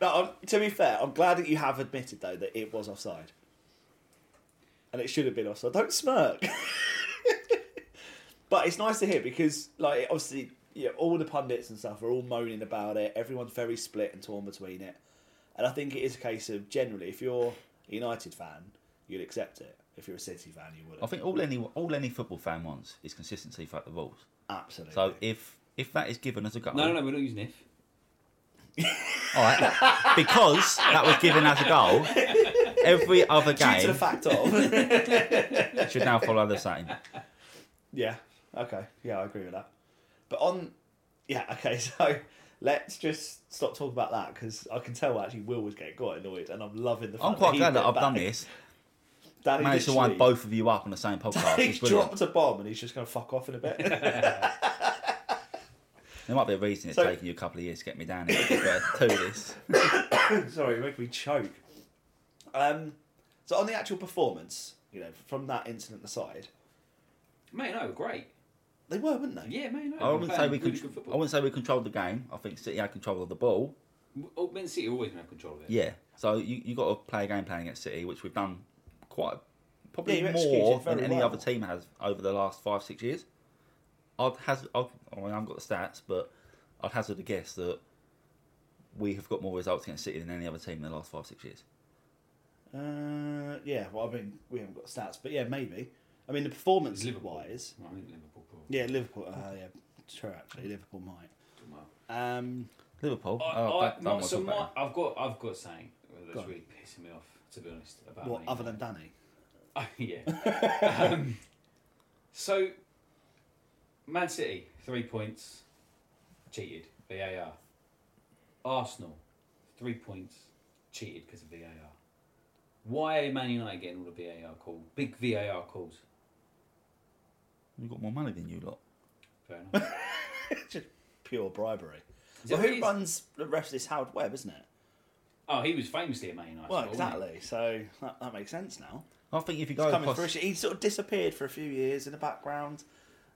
no, I'm, to be fair, I'm glad that you have admitted though that it was offside, and it should have been offside. Don't smirk. but it's nice to hear because, like, obviously, yeah, all the pundits and stuff are all moaning about it. Everyone's very split and torn between it, and I think it is a case of generally, if you're a United fan, you'd accept it. If you're a City fan, you wouldn't.
I think all any all any football fan wants is consistency throughout the rules.
Absolutely.
So if if that is given as a goal,
No, no, no, we're not using if.
all right, that- because that was given as a goal, every other
Due to the
game
fact of.
should now follow the same.
Yeah. Okay. Yeah, I agree with that. But on, yeah. Okay. So let's just stop talking about that because I can tell actually Will was getting quite annoyed, and I'm loving the. Fact
I'm quite
he
glad that
went
I've done
back.
this.
Danny
Managed to
literally-
wind both of you up on the same podcast. It's
He's
brilliant.
dropped a bomb and he's just going to fuck off in a bit.
There might be a reason it's
So-
taken you a couple of years to get me down here but to this.
Sorry, you make me choke. Um, so on the actual performance, you know, from that incident aside,
Mate, no, great.
they were, weren't they?
Yeah, mate, no.
I wouldn't
we're
say
playing
we
really
contr-
good football.
I wouldn't say we controlled the game. I think City had control of the ball.
Oh, Man City are always going to have control of it.
Yeah. So you you got to play a game plan against City, which we've done quite probably
Yeah, you executed
more
very
than any
well.
other team has over the last five six years. I'd has I'd, I mean, I haven't got the stats, but I'd hazard a guess that we have got more results against City than any other team in the last five six years.
Uh, yeah. Well, I mean, we haven't got stats, but yeah, maybe. I mean, the performance wise,
I think Liverpool. probably.
yeah, Liverpool. Uh, yeah, true. Actually, Liverpool might. Um,
Liverpool.
I,
oh,
I,
don't
my,
want to
so
talk about
my, I've got, I've got something
Go
that's
on.
really pissing me off, to be honest. About
what
Man
other
United.
than Danny?
Oh, yeah. um, so, Man City, three points, cheated, VAR. Arsenal, three points, cheated because of VAR. Why are Man United getting all the VAR calls? Big VAR calls.
it. We've got more money than you lot.
Fair enough.
just pure bribery.
Is
Well,
that what
who
it is?
runs the rest of this Howard Webb, isn't it?
oh, he was famously a Man United.
Well,
supporter, wasn't he?
exactly. So that, that makes sense now.
I think if you
It's
go
coming
across,
fruition. He sort of disappeared for a few years in the background,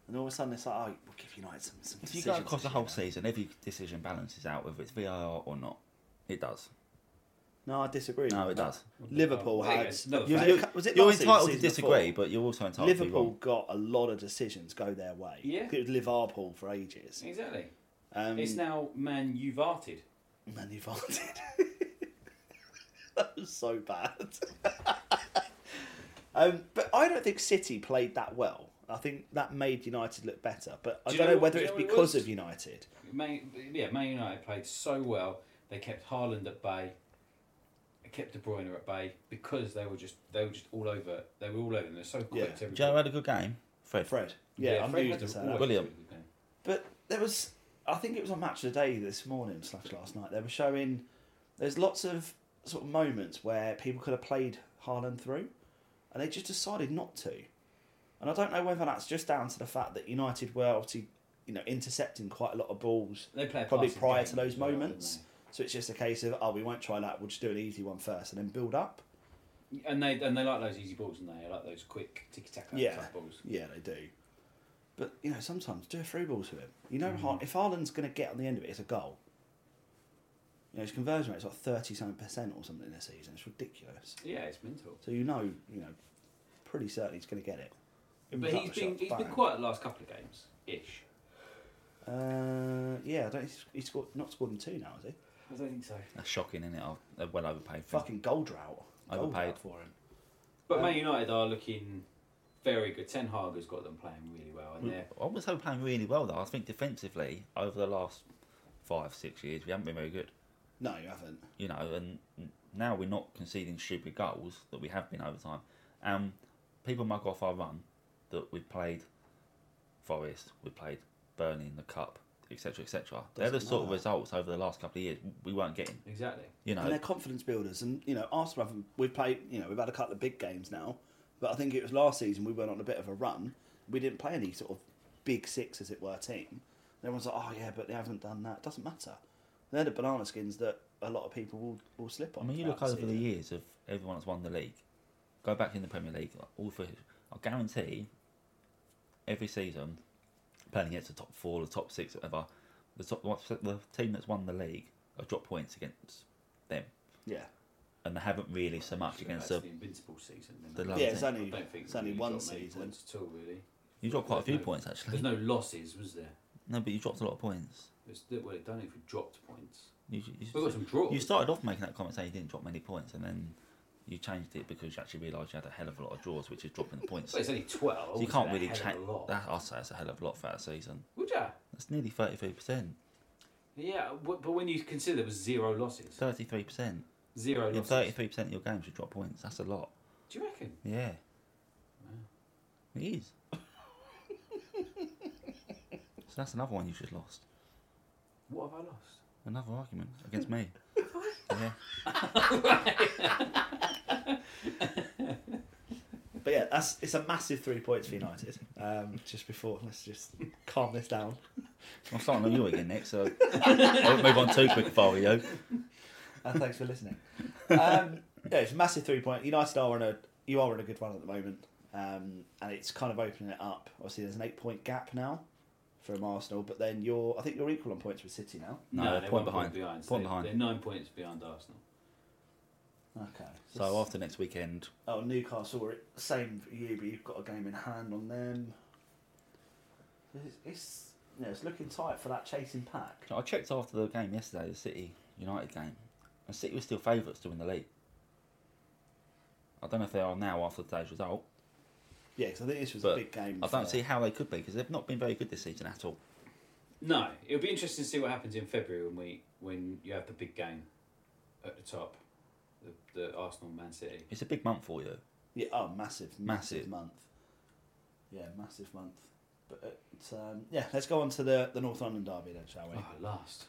and all of a sudden it's like, oh, we'll give United some. some
if you go
decisions
across the
this
whole
year.
season, every decision balances out whether it's VAR or not. It does.
No, I disagree.
No,
with
it
that.
does.
Liverpool
Oh,
had.
yeah, it's another
you-
fact.
you- was it
You're
last season,
entitled to
season
disagree,
before?
but you're also entitled to be
Liverpool
wrong.
got a lot of decisions go their way.
Yeah.
It was Liverpool for ages.
Exactly.
Um,
It's now Man United.
Man, you farted. that was so bad. um, but I don't think City played that well. I think that made United look better. But I
Do you
don't
know
know
what-
whether
do you
it's
know what it
because
was?
of United.
Man, yeah, Man United played so well. They kept Haaland at bay. They kept De Bruyne at bay because they were just they were just all over. They were all over them. They're so quick.
Yeah.
to everybody.
Joe had a good game. Fred.
Fred. Yeah, I'm
Fred
used
had
to
the-
say
always
that.
William.
really good game.
But there was, I think it was on Match of the Day this morning slash last night. They were showing there's lots of sort of moments where people could have played Haaland through, and they just decided not to. And I don't know whether that's just down to the fact that United were obviously, you know, intercepting quite a lot of balls
They play a
probably
passing
prior
game
to those
as well, don't
moments. So it's just a case of oh, we won't try that. We'll just do an easy one first, and then build up.
And they and they like those easy balls, and they They like those quick ticky tack
Yeah,
type balls.
yeah, they do. But you know, sometimes do a through ball to him. You know, Har
Mm-hmm.
if Haaland's going to get on the end of it, it's a goal. You know, his conversion rate's like thirty something percent or something this season. It's ridiculous.
Yeah, it's mental.
So you know, you know, pretty certain he's going to get it. In
But
without
he's
the
been
shot,
he's been
bang.
quiet the last couple of games ish.
Uh, yeah, I don't. He's, he's scored not scored in two now, is he?
I don't think so.
That's shocking, isn't it? Oh, They're well overpaid for him.
Fucking goal drought. Goal
Overpaid.
drought for him.
But Man United are looking very good. Ten Hag has got them playing really well,
Hmm.
and they're
I was hoping playing really well, though. I think defensively, over the last five, six years, we haven't been very good.
No, you haven't.
You know, and now we're not conceding stupid goals that we have been over time. Um, people mug off our run that we played Forest, we played Burnley in the Cup, etc., etc. They're the sort of results over the last couple of years we weren't getting.
Exactly.
You know,
and they're confidence builders. And you know, Arsenal haven't. We've played. You know, we've had a couple of big games now, but I think it was last season we went on a bit of a run. We didn't play any sort of big six, as it were, team. And everyone's like, oh yeah, but they haven't done that. Doesn't matter. They're the banana skins that a lot of people will, will slip
I
on.
mean, you
throughout
look over
season.
the years of everyone that's won the league. Go back in the Premier League, like, all for I guarantee every season, playing against the top four, the top six, whatever, the top what's- the team that's won the league have dropped points against them,
Yeah.
and they haven't really so much against
That's
the.
the invincible season. isn't
the
it?
lower Yeah, it's team.
only-
I don't think
it's only
we
one
got many
season.
points at all, really.
You dropped quite a
There's
few
no-
points actually.
There's no losses, was there?
No, but you dropped a lot of points.
It's, well, I don't know if we dropped points.
You,
We got some draws.
You started off making that comment saying you didn't drop many points, and then you changed it because you actually realised you had a hell of a lot of draws, which is dropping the points.
Well, it's only 12,
So you
it's
can't
a
really
hell of a
change.
lot.
That I'll say it's a hell of a lot for that season.
Would ya?
That's nearly thirty-three percent.
Yeah, w- but when you consider there was zero losses,
Thirty-three percent.
Zero
In
losses.
thirty-three percent of your games, you drop points. That's a lot.
do you reckon?
Yeah. It is. so that's another one you should have lost.
What have I lost?
Another argument against me. yeah.
But yeah, that's it's a massive three points for United. Um, just before, let's just calm this down.
I'm starting on you again next, so I won't move on too quick if I were you.
and Uh, thanks for listening. Um, yeah, it's a massive three point. United are on a you are on a good run at the moment, um, and it's kind of opening it up. Obviously, there's an eight point gap now from Arsenal, but then you're I think you're equal on points with City now.
No,
they're
they're
one
point behind.
behind. so
Point
they're,
behind.
They're nine points behind Arsenal.
Okay.
So after next weekend,
oh Newcastle are same for you, but you've got a game in hand on them. It's, it's yeah, it's looking tight for that chasing pack.
I checked after the game yesterday, the City United game, and City were still favourites to win the league. I don't know if they are now after today's result.
Yeah, because I think this was a
but
big game.
I don't
for-
see how they could be because they've not been very good this season at all.
No, it'll be interesting to see what happens in February when we when you have the big game at the top, the, the Arsenal Man City.
It's a big month for you.
Yeah, oh, massive, massive,
Massive.
month. Yeah, massive month. But uh, um, yeah, let's go on to the the North London derby then, shall we?
Oh, last.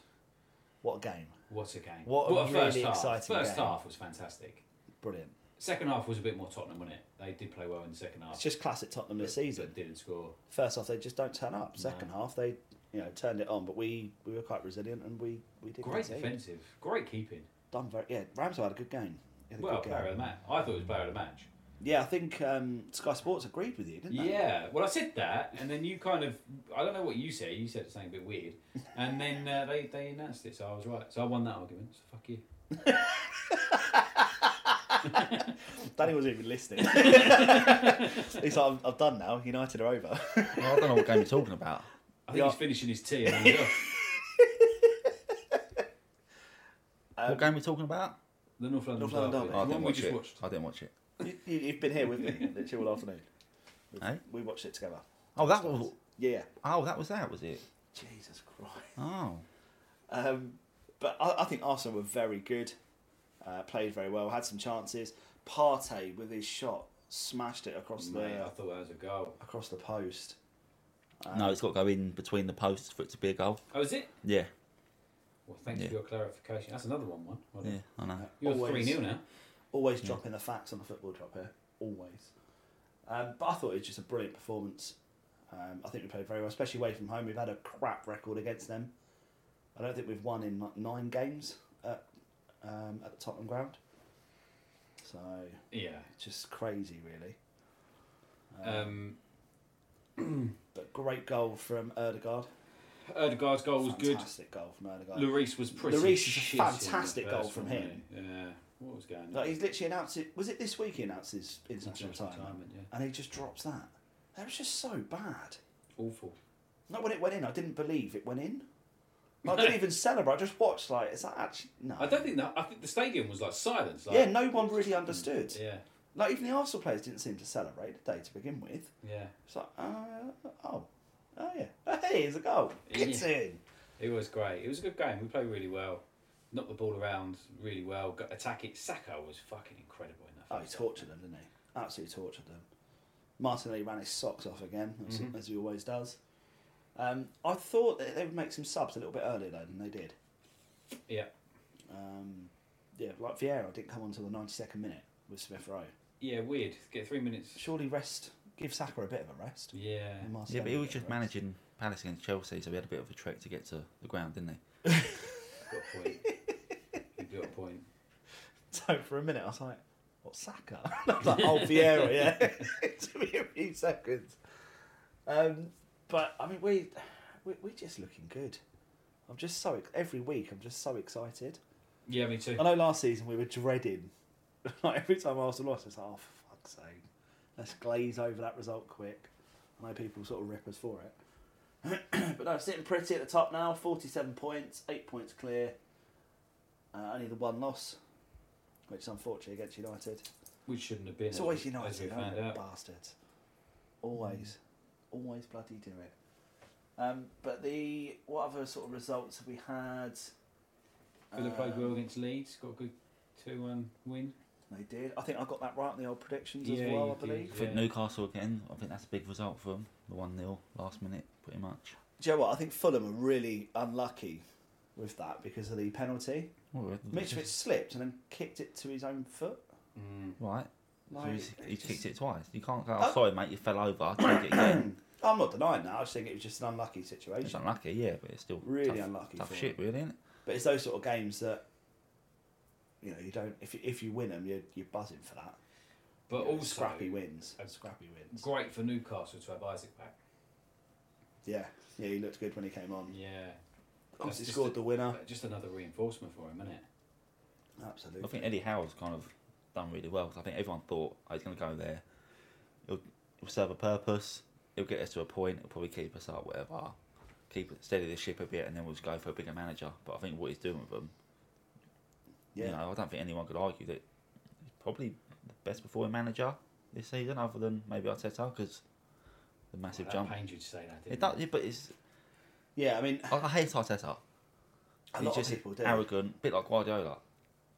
What a game!
What a game.
What a really
half.
exciting
First
game.
half was fantastic.
Brilliant.
Second half was a bit more Tottenham, wasn't it? They did play well in the second half.
It's just classic Tottenham this season.
but didn't score.
First half, they just don't turn up. Second half, they you know turned it on, but we we were quite resilient and we we did
Great
concede.
defensive. Great keeping.
Done very yeah. Ramsdale had a good game. He had a
Well,
good
player of the match. I thought it was player of the match.
Yeah, I think um, Sky Sports agreed with you, didn't they?
Yeah, well, I said that, and then you kind of, I don't know what you said, you said something a bit weird, and then uh, they, they announced it, so I was right. So I won that argument, so fuck you.
Danny wasn't even listening. He's like, I'm, I'm done now. United are over.
Well, I don't know what game you're talking about.
I think
Yeah.
he's finishing his tea and he's off.
what game are we talking about?
The North London,
North London
Derby.
Derby.
I
Um, The one
didn't
we
watch
just
it.
watched.
I didn't watch it.
you, you- you've been here with me literally all afternoon. We've-
Eh?
We watched it together.
Oh, that was.
Yeah.
Oh, that was that. Was it?
Jesus Christ.
Oh,
Um, but I, I think Arsenal were very good. Uh, played very well. Had some chances. Partey with his shot smashed it across
Mate,
the
I thought that was a goal.
across the post.
Um,
no, it's got to go in between the posts for it to be a goal.
Oh, is it?
Yeah,
Well, thanks
Yeah.
for your clarification. That's another one, one. Well done.
yeah, I know.
You're
Always.
3 0 now.
Always dropping the facts on the football drop here. Always. Um, but I thought it was just a brilliant performance. Um, I think we played very well, especially away from home. We've had a crap record against them. I don't think we've won in like nine games at, um, at the Tottenham ground. So
Yeah.
just crazy, really. Uh,
Um,
But great goal from Erdegaard.
Erdegaard's goal was good.
Fantastic goal from Erdegaard.
Lloris was pretty
Lloris is a
shit in the
fantastic
first
goal from
one,
him.
wasn't he? Yeah. What was going on?
Like he's literally announced it. Was it this week he announced his international
International
retirement?
retirement,
And he just drops that. That was just so bad.
Awful.
Not when it went in. I didn't believe it went in. Like, I didn't even celebrate. I just watched. Like, is that actually no?
I don't think that. I think the stadium was like silence. Like,
yeah, no one really understood.
Yeah,
Like even the Arsenal players didn't seem to celebrate the day to begin with.
yeah.
It's like, uh, oh, oh yeah, oh, hey, it's a goal. It's
Yeah.
in.
It was great. It was a good game. We played really well. Knocked the ball around really well. Got attack it. Saka was fucking incredible in that.
Oh, he
first
tortured them,
Mm-hmm.
didn't he? Absolutely tortured them. Martinelli ran his socks off again, as, as he always does. Um, I thought that they would make some subs a little bit earlier though than they did.
Yeah.
Um, yeah, like Vieira didn't come on until the 92nd minute with Smith Rowe.
Yeah, weird. Get three minutes.
Surely rest. Give Saka a bit of a rest.
Yeah.
And Martinelli
Yeah, but he
a
was
bit of
just
a rest.
managing Palace against Chelsea, so he had a bit of a trek to get to the ground, didn't he?
Got a point. You've got a point.
So for a minute, I was like, "What Saka?" I was like, "Oh, Vieira, yeah." it took me a few seconds. Um, but I mean, we, we we're just looking good. I'm just so ex- every week. I'm just so excited.
Yeah, me too.
I know last season we were dreading. Like every time Arsenal lost, it's like, "Oh, for fuck's sake, let's glaze over that result quick." I know people sort of rip us for it, but no, sitting pretty at the top now. Forty-seven points, eight points clear. Uh, only the one loss, which is unfortunate against United.
We shouldn't have been.
It's
as
always
we- as we
United, aren't
found
they?
out.
Bastards. Always. Always bloody do it. Um, but the what other sort of results have we had?
Villa played
Um,
well against Leeds. Got a good two-one win.
They did. I think I got that right in the old predictions
Yeah,
as well,
you
I believe.
I think Newcastle again, I think that's a big result for them. The 1 0 last minute, pretty much.
Do you know what? I think Fulham are really unlucky with that because of the penalty.
Well,
Mitrovic slipped and then kicked it to his own foot.
Right. So
Like,
he's, he
it's
kicked
just-
it twice. You can't go,
Oh.
oh, sorry, mate, you fell over. Take it again.
I'm not denying that. I just think it was just an unlucky
It's
situation.
unlucky, yeah, but it's still
Really
tough,
unlucky
Tough
for
shit, really, isn't it?
But it's those sort of games that you know you don't. If you, if you win them, you're you're buzzing for that.
But
You know,
also
scrappy wins.
a-
Scrappy wins.
Great for Newcastle to have Isaac back.
Yeah, yeah. He looked good when he came on.
Yeah. That's
Obviously
just
scored
a-
the winner.
Just another reinforcement for him, isn't it?
Absolutely.
I think Eddie Howe's kind of done really well 'cause I think everyone thought oh, he's going to go there. He'll, he'll serve a purpose. He'll get us to a point. He'll probably keep us up, whatever. Keep it steady the ship a bit, and then we'll just go for a bigger manager. But I think what he's doing with them,
yeah.
you know, I don't think anyone could argue that he's probably the best performing manager this season, other than maybe Arteta, because the massive
That
jump.
pained you to say that, didn't
It does, yeah, but it's.
yeah, I mean,
I, I hate Arteta.
a
he's
lot of
just
people do.
arrogant, bit like Guardiola,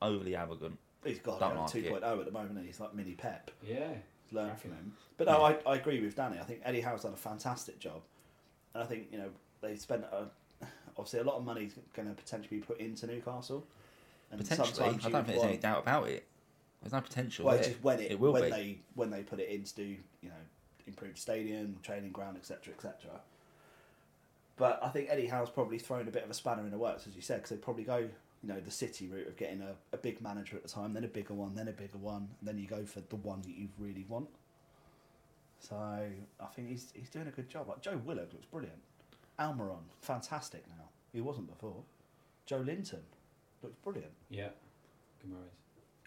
overly arrogant.
He's got
don't
you know,
like it.
2.0 at the moment, and he's like mini Pep.
Yeah.
Learn
Cracking.
from him. But no, I, I agree with Danny. I think Eddie Howe's done a fantastic job, and I think you know they spent a, obviously a lot of money going to potentially be put into Newcastle. And
Potentially, I
sometimes
don't think
you
there's any
want-
doubt about it. There's no potential.
Well,
there.
it's just when it,
will
when
be.
they when they put it in to do you know improved stadium, training ground, etc., etc. But I think Eddie Howe's probably thrown a bit of a spanner in the works, as you said, because they probably go you know the city route of getting a, a big manager at the time, then a bigger one, then a bigger one, and then you go for the one that you really want. So I think he's he's doing a good job. Like Joe Willock looks brilliant. Almiron, fantastic now. He wasn't before. Joe Linton looks brilliant.
Yeah.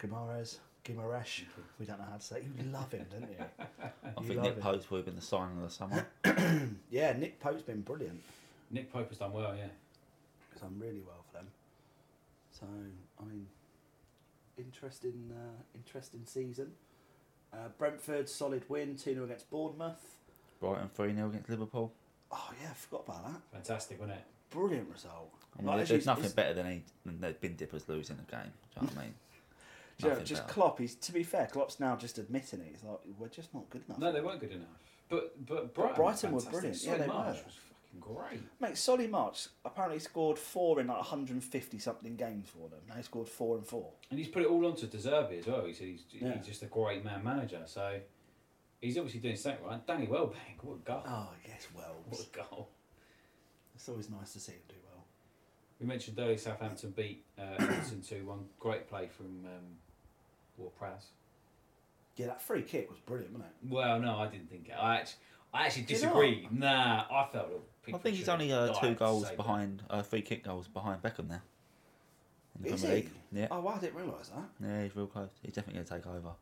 Guimaraes.
Guimaraes, Guimaraes. We don't know how to say. it. You love him, don't you?
I
You
think
love
Nick
it.
Post would have been the sign of the summer.
yeah, Nick Pope's been brilliant.
Nick Pope has done well, yeah.
He's done really well for them. So I mean, interesting, uh, interesting season. Uh, Brentford solid win, 2 0 against Bournemouth.
Brighton 3 0 against Liverpool.
Oh yeah, I forgot about that.
Fantastic, wasn't it?
Brilliant result.
I mean,
Like,
there-
literally,
there's nothing
it's-
better than, any, than there's been dippers losing a game. Do you know what I mean?
do you know,
Nothing
just
better.
Klopp. He's to be fair, Klopp's now just admitting it. He's like, we're just not good enough.
No, they weren't good enough. But but Brighton,
Brighton were
were fantastic.
brilliant. Yeah,
Solid
they
March
were.
was fucking great.
Mate, Solly March apparently scored four in like 150 something games for them. Now he scored four and four.
And he's put it all on to Deserby as well. He said he's,
Yeah.
he's just a great man manager. So he's obviously doing something right. Danny Welbeck, what a goal.
Oh, yes, Welbs.
What a goal.
It's always nice to see him do well.
We mentioned earlier Southampton beat uh, Everton 2 1. Great play from um, Ward Prowse.
Yeah, that free kick was brilliant, wasn't it?
Well, no, I didn't think it. I actually, I actually
Did you not?
disagree. Nah, I felt that
I
people
think he's
should
only
have
uh,
died
two
to
goals
save
behind, uh, three kick goals behind Beckham now. In the
Is
Premier
he?
League. Yeah.
Oh, wow, I didn't realise that.
Yeah, he's real close. He's definitely going to take over.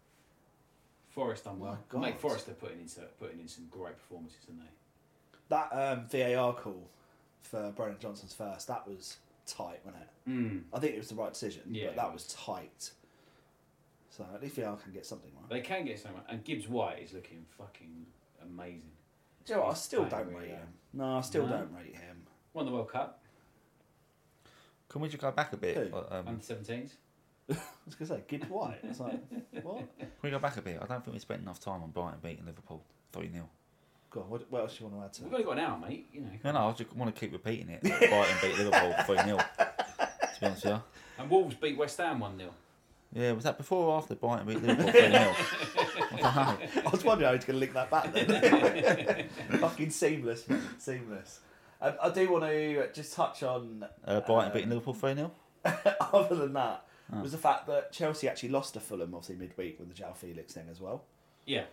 that. Forest done well.
My
Mate,
God.
Forest are putting in, so- putting in some great performances, aren't they?
That um, VAR call for Brennan Johnson's first, that was tight, wasn't it?
Mm.
I think it was the right decision,
Yeah,
but that
it
was. tight. So at least VAR can get something right.
They can get someone. And Gibbs White is looking fucking amazing.
Do you know what? I
he's
still
playing
don't
really
rate
well.
him. No, I still
No?
don't rate him.
Won the World Cup,
Can we just go back a bit?
Who?
Uh, Um,
under 17s.
I was going to say, Gibbs White. It's like, what?
can we go back a bit? I don't think we spent enough time on Brighton beating Liverpool 3 0.
Go on. What, what else do you want to add to?
We've only got an hour, mate. You know.
No, no, I just want to keep repeating it. Like, Brighton beat Liverpool 3 0. To be honest with you.
And Wolves beat West Ham 1 0.
Yeah, was that before or after Brighton beat Liverpool 3 0?
I was wondering how he's going to link that back then. Fucking seamless, man. Seamless. Um, I do want to just touch on.
Uh, Brighton beating Liverpool 3 0?
other than that,
Oh.
was the fact that Chelsea actually lost to Fulham, obviously, midweek with the Jao Felix thing as well.
Yeah.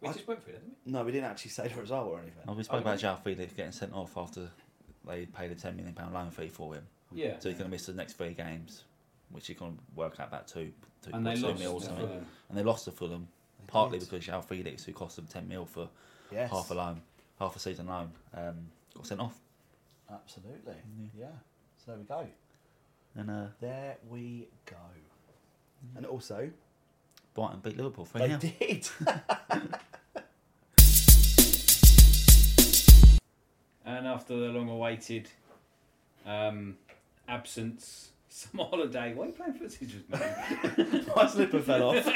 We
I-
just went through it, didn't we?
No, we didn't actually say the result or anything.
Oh, we spoke about Jao Felix getting sent off after they paid a £10 million loan fee for him.
Yeah.
So he's going to miss the next three games, which he's going to work out about two, two,
And they
two
lost
mil or
to
something.
Fulham.
And they lost to Fulham, partly
did.
because Jao Felix, who cost them 10 mil for
Yes.
half a loan, half a season loan, um, got sent off.
Absolutely.
Mm.
Yeah. So there we go.
And uh,
There we go.
Mm.
And also,
Brighton beat Liverpool 3
they
0.
did.
And after the long awaited um, absence, some holiday. Why are you playing footy just now?
My slipper fell off.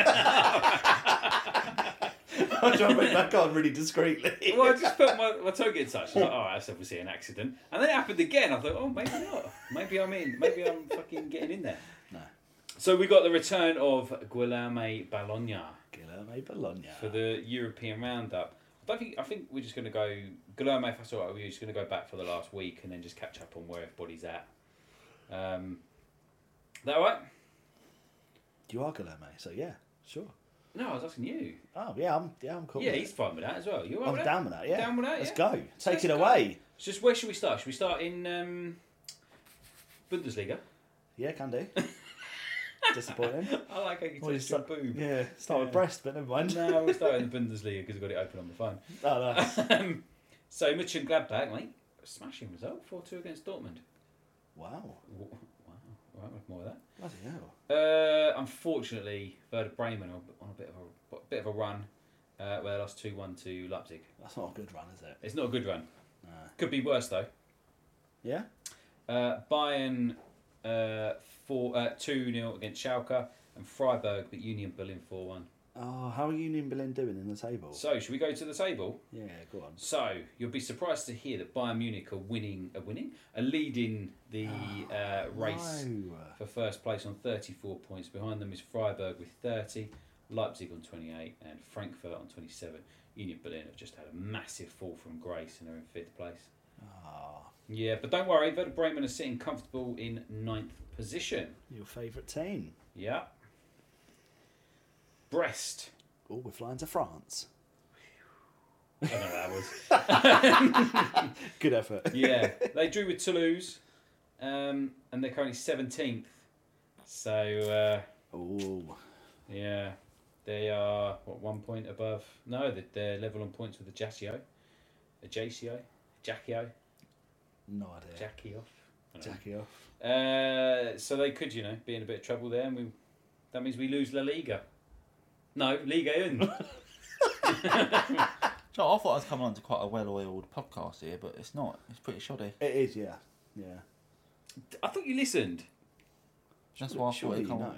I'm trying to put it back on really discreetly.
well, I just felt my, my toe get touched. I was like, oh, that's obviously an accident. And then it happened again. I thought, oh, maybe not. Maybe I'm in. Maybe I'm fucking getting in there.
No.
So we got the return of Guillaume Bologna
Guillermo Bologna.
for the European roundup. I don't think. I think we're just going to go Guillaume. If that's all right, we're just going to go back for the last week and then just catch up on where everybody's at. Um, is that all right?
You are Guillermo, so yeah, sure.
No, I was asking you.
Oh yeah, I'm yeah I'm cool.
yeah,
with
he's
it.
fine with that as well. You all right
I'm
with
down with that. Yeah,
Down with that.
Let's
yeah?
go. Take
Let's
it
go.
away.
It's just where should we start? Should we start in um, Bundesliga?
Yeah, can do. Disappointing.
I like how you
Well, you
touched your
start-
boob.
Yeah, start with breast, but never mind.
No, we'll start in the Bundesliga because I've got it open on my phone.
Oh, nice.
Um, so München Gladbach, mate, smashing result, four two against Dortmund.
Wow.
Wow, all right, we'll have more of that.
Bloody hell.
Uh, unfortunately, Werder Bremen are on a bit of a bit of a run uh, where they lost two one to Leipzig.
That's not a good run, is it?
It's not a good run.
No.
Could be worse though.
Yeah.
Uh, Bayern uh, four uh, two 0 against Schalke and Freiburg, but Union Berlin four one.
Oh, how are Union Berlin doing in the table?
So should we go to the table?
yeah, go on.
So you'll be surprised to hear that Bayern Munich are winning, are winning, are leading the uh, race
No.
for first place on 34 points. Behind them is Freiburg with 30, Leipzig on 28, and Frankfurt on 27. Union Berlin have just had a massive fall from grace and are in fifth place.
Ah,
Yeah, but don't worry, Werder Bremen are sitting comfortable in ninth position.
your favourite team.
Yeah. Brest.
Oh, we're flying to France.
I don't know what that was.
Good effort.
yeah, they drew with Toulouse, um, and they're currently seventeenth. So uh,
Oh,
yeah, they are what one point above. No, they- they're level on points with the Jacio, a JCO, Jackio,
no idea.
Jackie off. I don't know.
Jackie off.
Uh, so they could, you know, be in a bit of trouble there, and we that means we lose La Liga. No, Liga Un.
So I thought I'd come on to quite a well-oiled podcast here, but it's not. It's pretty shoddy.
It is, yeah. Yeah.
I thought you listened.
That's why I thought
Surely
it
you
come
know.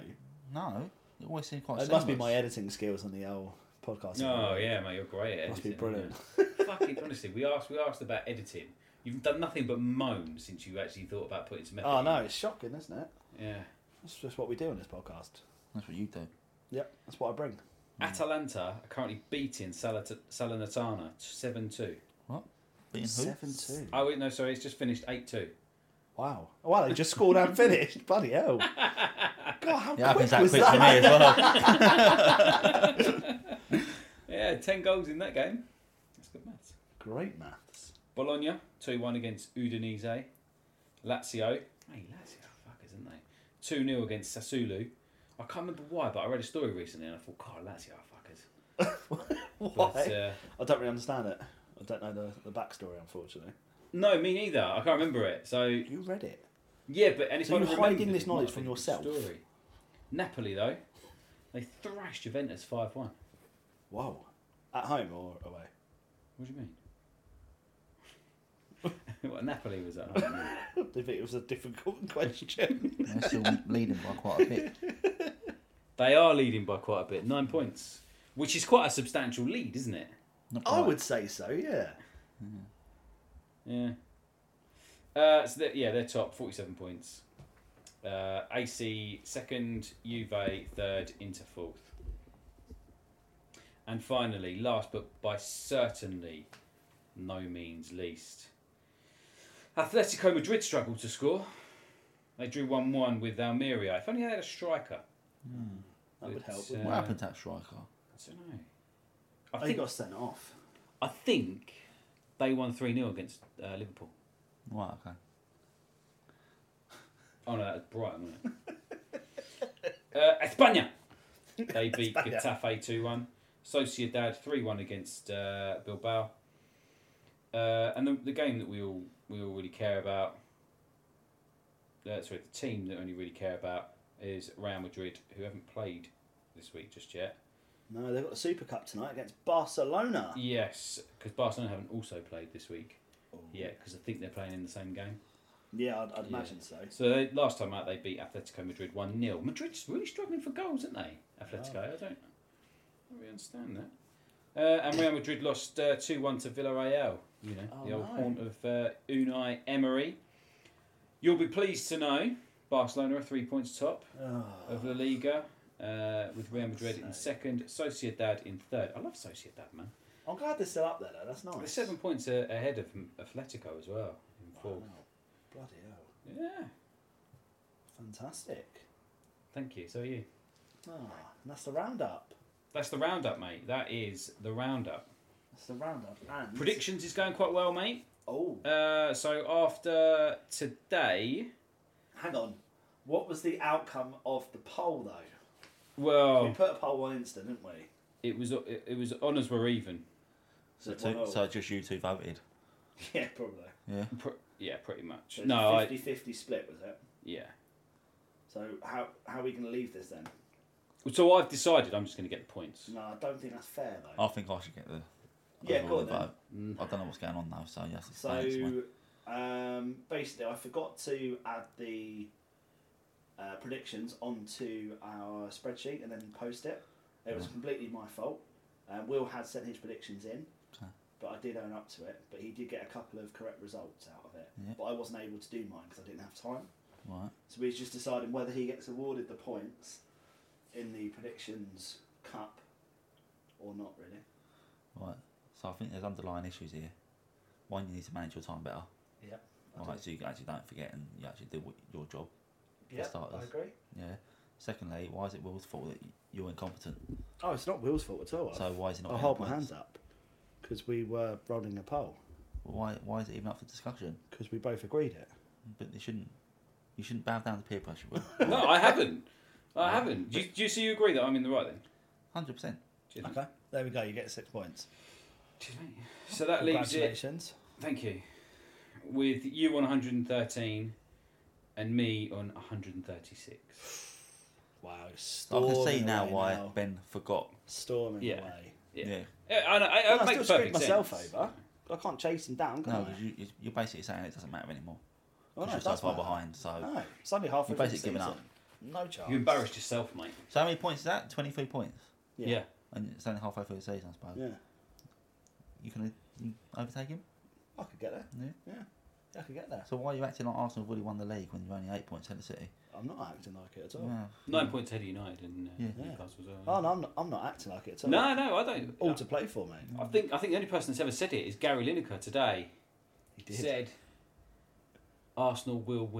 No, it always seemed quite.
It must be
seamless.
my editing skills on the old podcast.
No, Oh, yeah, mate, you're great. At
Must be
editing,
brilliant.
yeah. Fucking honestly, we asked we asked about editing. You've done nothing but moan since you actually thought about putting some effort.
Oh
in.
no, it's shocking, isn't it?
Yeah.
That's just what we do on this podcast.
That's what you do.
Yep, that's what I bring.
Atalanta are currently beating Salat- Salernitana seven two.
What? Being who?
Seven two.
Oh wait, no, sorry, it's just finished eight two.
Wow. Oh, Wow, they just scored and finished. Bloody hell. God, how
Yeah,
quick
happens that
was
quick for me
that?
as well.
Yeah, ten goals in that game. That's good maths.
Great maths.
Bologna two one against Udinese. Lazio. Hey, Lazio, fuck, isn't they? Two 0 against Sassuolo. I can't remember why, but I read a story recently and I thought, God, Lazio, fuckers.
Why?
But, uh,
I don't really understand it. I don't know the, the backstory, unfortunately.
No, me neither. I can't remember it. So
You read it.
yeah, but and if
So
I
you're
remembered,
hiding this
it might
knowledge
have
from
been a good
yourself?
Story. Napoli though, they thrashed Juventus five one.
Whoa. At home or away?
What do you mean? what Napoli was at? home, yeah.
I think it was a difficult question.
They're still leading by quite a bit.
they are leading by quite a bit, nine points, which is quite a substantial lead, isn't it?
I would say so. Yeah.
Yeah. Uh, so they're, yeah, they're top, 47 points. Uh, AC second, Juve third, Inter fourth. And finally, last but by certainly no means least, Atletico Madrid struggled to score. They drew 1 1 with Almeria. If only they had a striker. uh,
That would help.
What happened to that striker?
I don't know.
uh, I think got sent off.
I think they won 3 0 against uh, Liverpool.
Right, okay.
Oh no, that was Brighton, wasn't it? uh, España! They beat
España.
Getafe 2 1. Sociedad 3 1 against uh, Bilbao. Uh, and the, the game that we all, we all really care about, uh, sorry, the team that only really care about is Real Madrid, who haven't played this week just yet.
No, they've got the Super Cup tonight against Barcelona.
Yes, because Barcelona haven't also played this week yet, because I think they're playing in the same game.
Yeah, I'd, I'd imagine so.
So they, last time out, they beat Atletico Madrid 1 0. Madrid's really struggling for goals, aren't they? Atletico, I don't, I don't really understand that. Uh, and Real Madrid lost 2 1 to Villarreal, you know, the old
Oh, no.
haunt of uh, Unai Emery. You'll be pleased to know Barcelona are three points top
Ah.
of La Liga, uh, with Real Madrid in second, Sociedad in third. I love Sociedad, man.
I'm glad they're still up there though. That's nice.
They're seven points a- ahead of Atletico as well, in fourth.
Bloody hell!
Yeah,
Fantastic.
thank you. So are you.
Ah, and that's the roundup.
That's the roundup, mate. That is the roundup.
That's the roundup. And
Predictions is going quite well, mate.
Oh,
Uh, so after today,
hang on. What was the outcome of the poll though? We
well,
put a poll on Insta, didn't we?
it was it, it was honours were even.
So,
it one
two,
all?
so just you two voted.
Yeah, probably.
Yeah.
Pr- yeah, pretty much.
It was
No,
a
I,
50-50 split was it?
yeah.
So how how are we going to leave this then?
So I've decided I'm just going to get the points.
No, I don't think that's fair though.
I think I should get the.
Yeah,
overall
go on then.
vote. I don't know what's going on now, so yes, it's fine, it's
So
fine.
um, basically, I forgot to add the uh, predictions onto our spreadsheet and then post it. It was completely my fault. Um, Will had sent his predictions in, but I did own up to it. But he did get a couple of correct results out of it.
Yeah.
But I wasn't able to do mine because I didn't have time.
Right.
So we just decided whether he gets awarded the points in the predictions cup or not, really.
Right. So I think there's underlying issues here. One, you need to manage your time better.
Yep. I
Right, so you actually don't forget and you actually do what, your job. for
Yep,
starters.
I agree.
Yeah. Secondly, why is it Will's fault that y- you're incompetent?
Oh, it's not Will's fault at all.
So why is it not
I'll
getting
hold my
points?
hands up because we were rolling a poll
Why why is it even up for discussion?
because we both agreed it.
But you shouldn't you shouldn't bow down to peer pressure, Will.
No, I haven't. I haven't. Do you, do you see? You agree that I'm in the right then?
Hundred percent.
Do you think?
Okay, there we go. You get six points.
Cheers, mate. So that leaves it.
Congratulations.
Thank you. With you on 113 and me on 136.
Wow,
I
storming
can see now
away
why
now.
Ben forgot.
storming
Yeah.
away.
Yeah.
Yeah, I, know, I, I,
I
makes
still screwed
perfect
myself
sense.
over. I can't chase him down, can
No,
I?
because you, you- you're basically saying it doesn't matter anymore.
Oh, no,
Because
it
you're so
does
far
matter.
behind. So,
No, it's only halfway
You've
through the
basically given
season. No chance.
You embarrassed yourself, mate.
so how many points is that? Twenty three points.
Yeah.
And it's only halfway through the season, I suppose.
Yeah,
You can you overtake him.
I could get there.
Yeah.
Yeah, I could get there.
So why are you acting like Arsenal have already won the league when you're only eight points ahead of City?
I'm not acting like it at all.
Yeah.
Nine points ahead of United and uh,
Yeah.
Newcastle as well.
Oh no, I'm not, I'm not acting like it at all.
No, no, I don't.
all to play for, mate.
I think I think the only person that's ever said it is Gary Lineker today. He
did.
said Arsenal will win.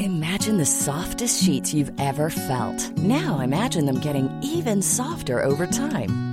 Imagine the softest sheets you've ever felt. Now imagine them getting even softer over time.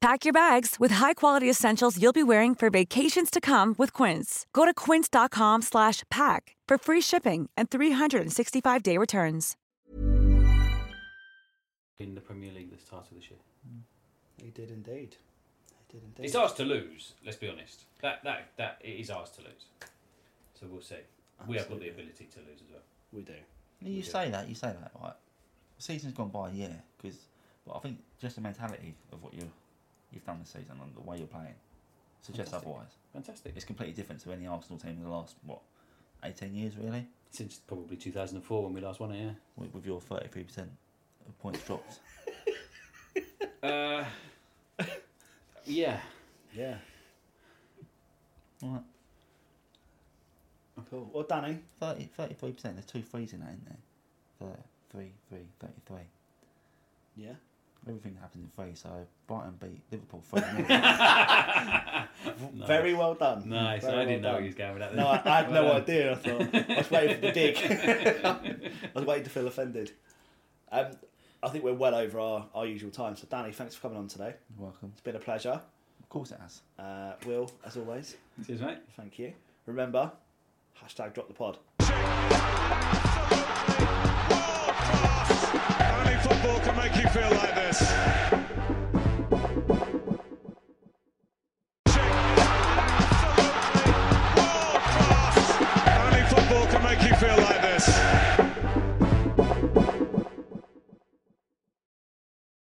Pack your bags with high-quality essentials you'll be wearing for vacations to come with Quince. Go to quince.com slash pack for free shipping and 365-day returns.
in the Premier League this title this year.
He did indeed. He did indeed.
It's ours to lose. Let's be honest. That that that it is ours to lose. So we'll see. We have got the ability to lose as well.
We do.
You say that, you say that, right? The season's gone by, yeah, because but I think just the mentality of what you you've done this season and the way you're playing suggests
Fantastic.
otherwise.
Fantastic.
It's completely different to any Arsenal team in the last what eighteen years, really.
Since probably two thousand and four when we last won it, yeah.
With, with your thirty three percent of points dropped.
Uh, yeah.
Yeah.
All right.
Cool. Well, Danny.
30, 33%, there's two threes in that, isn't there? 33, 33.
Yeah.
Everything happened in three, so Brighton beat Liverpool 3
V- Very well done.
Nice,
Very
I didn't know
done.
he was going with that
No, I,
then.
I had
Well
no
done.
idea. I thought I was waiting for the dig. I was waiting to feel offended. Um, I think we're well over our, our usual time. So, Danny, thanks for coming on today.
You're welcome.
It's been a pleasure.
Of course it has.
Uh, Will, as always.
Cheers, mate.
Thank you. Remember, hashtag drop the pod.
Only football can make you feel like this. Only football can make you feel like this.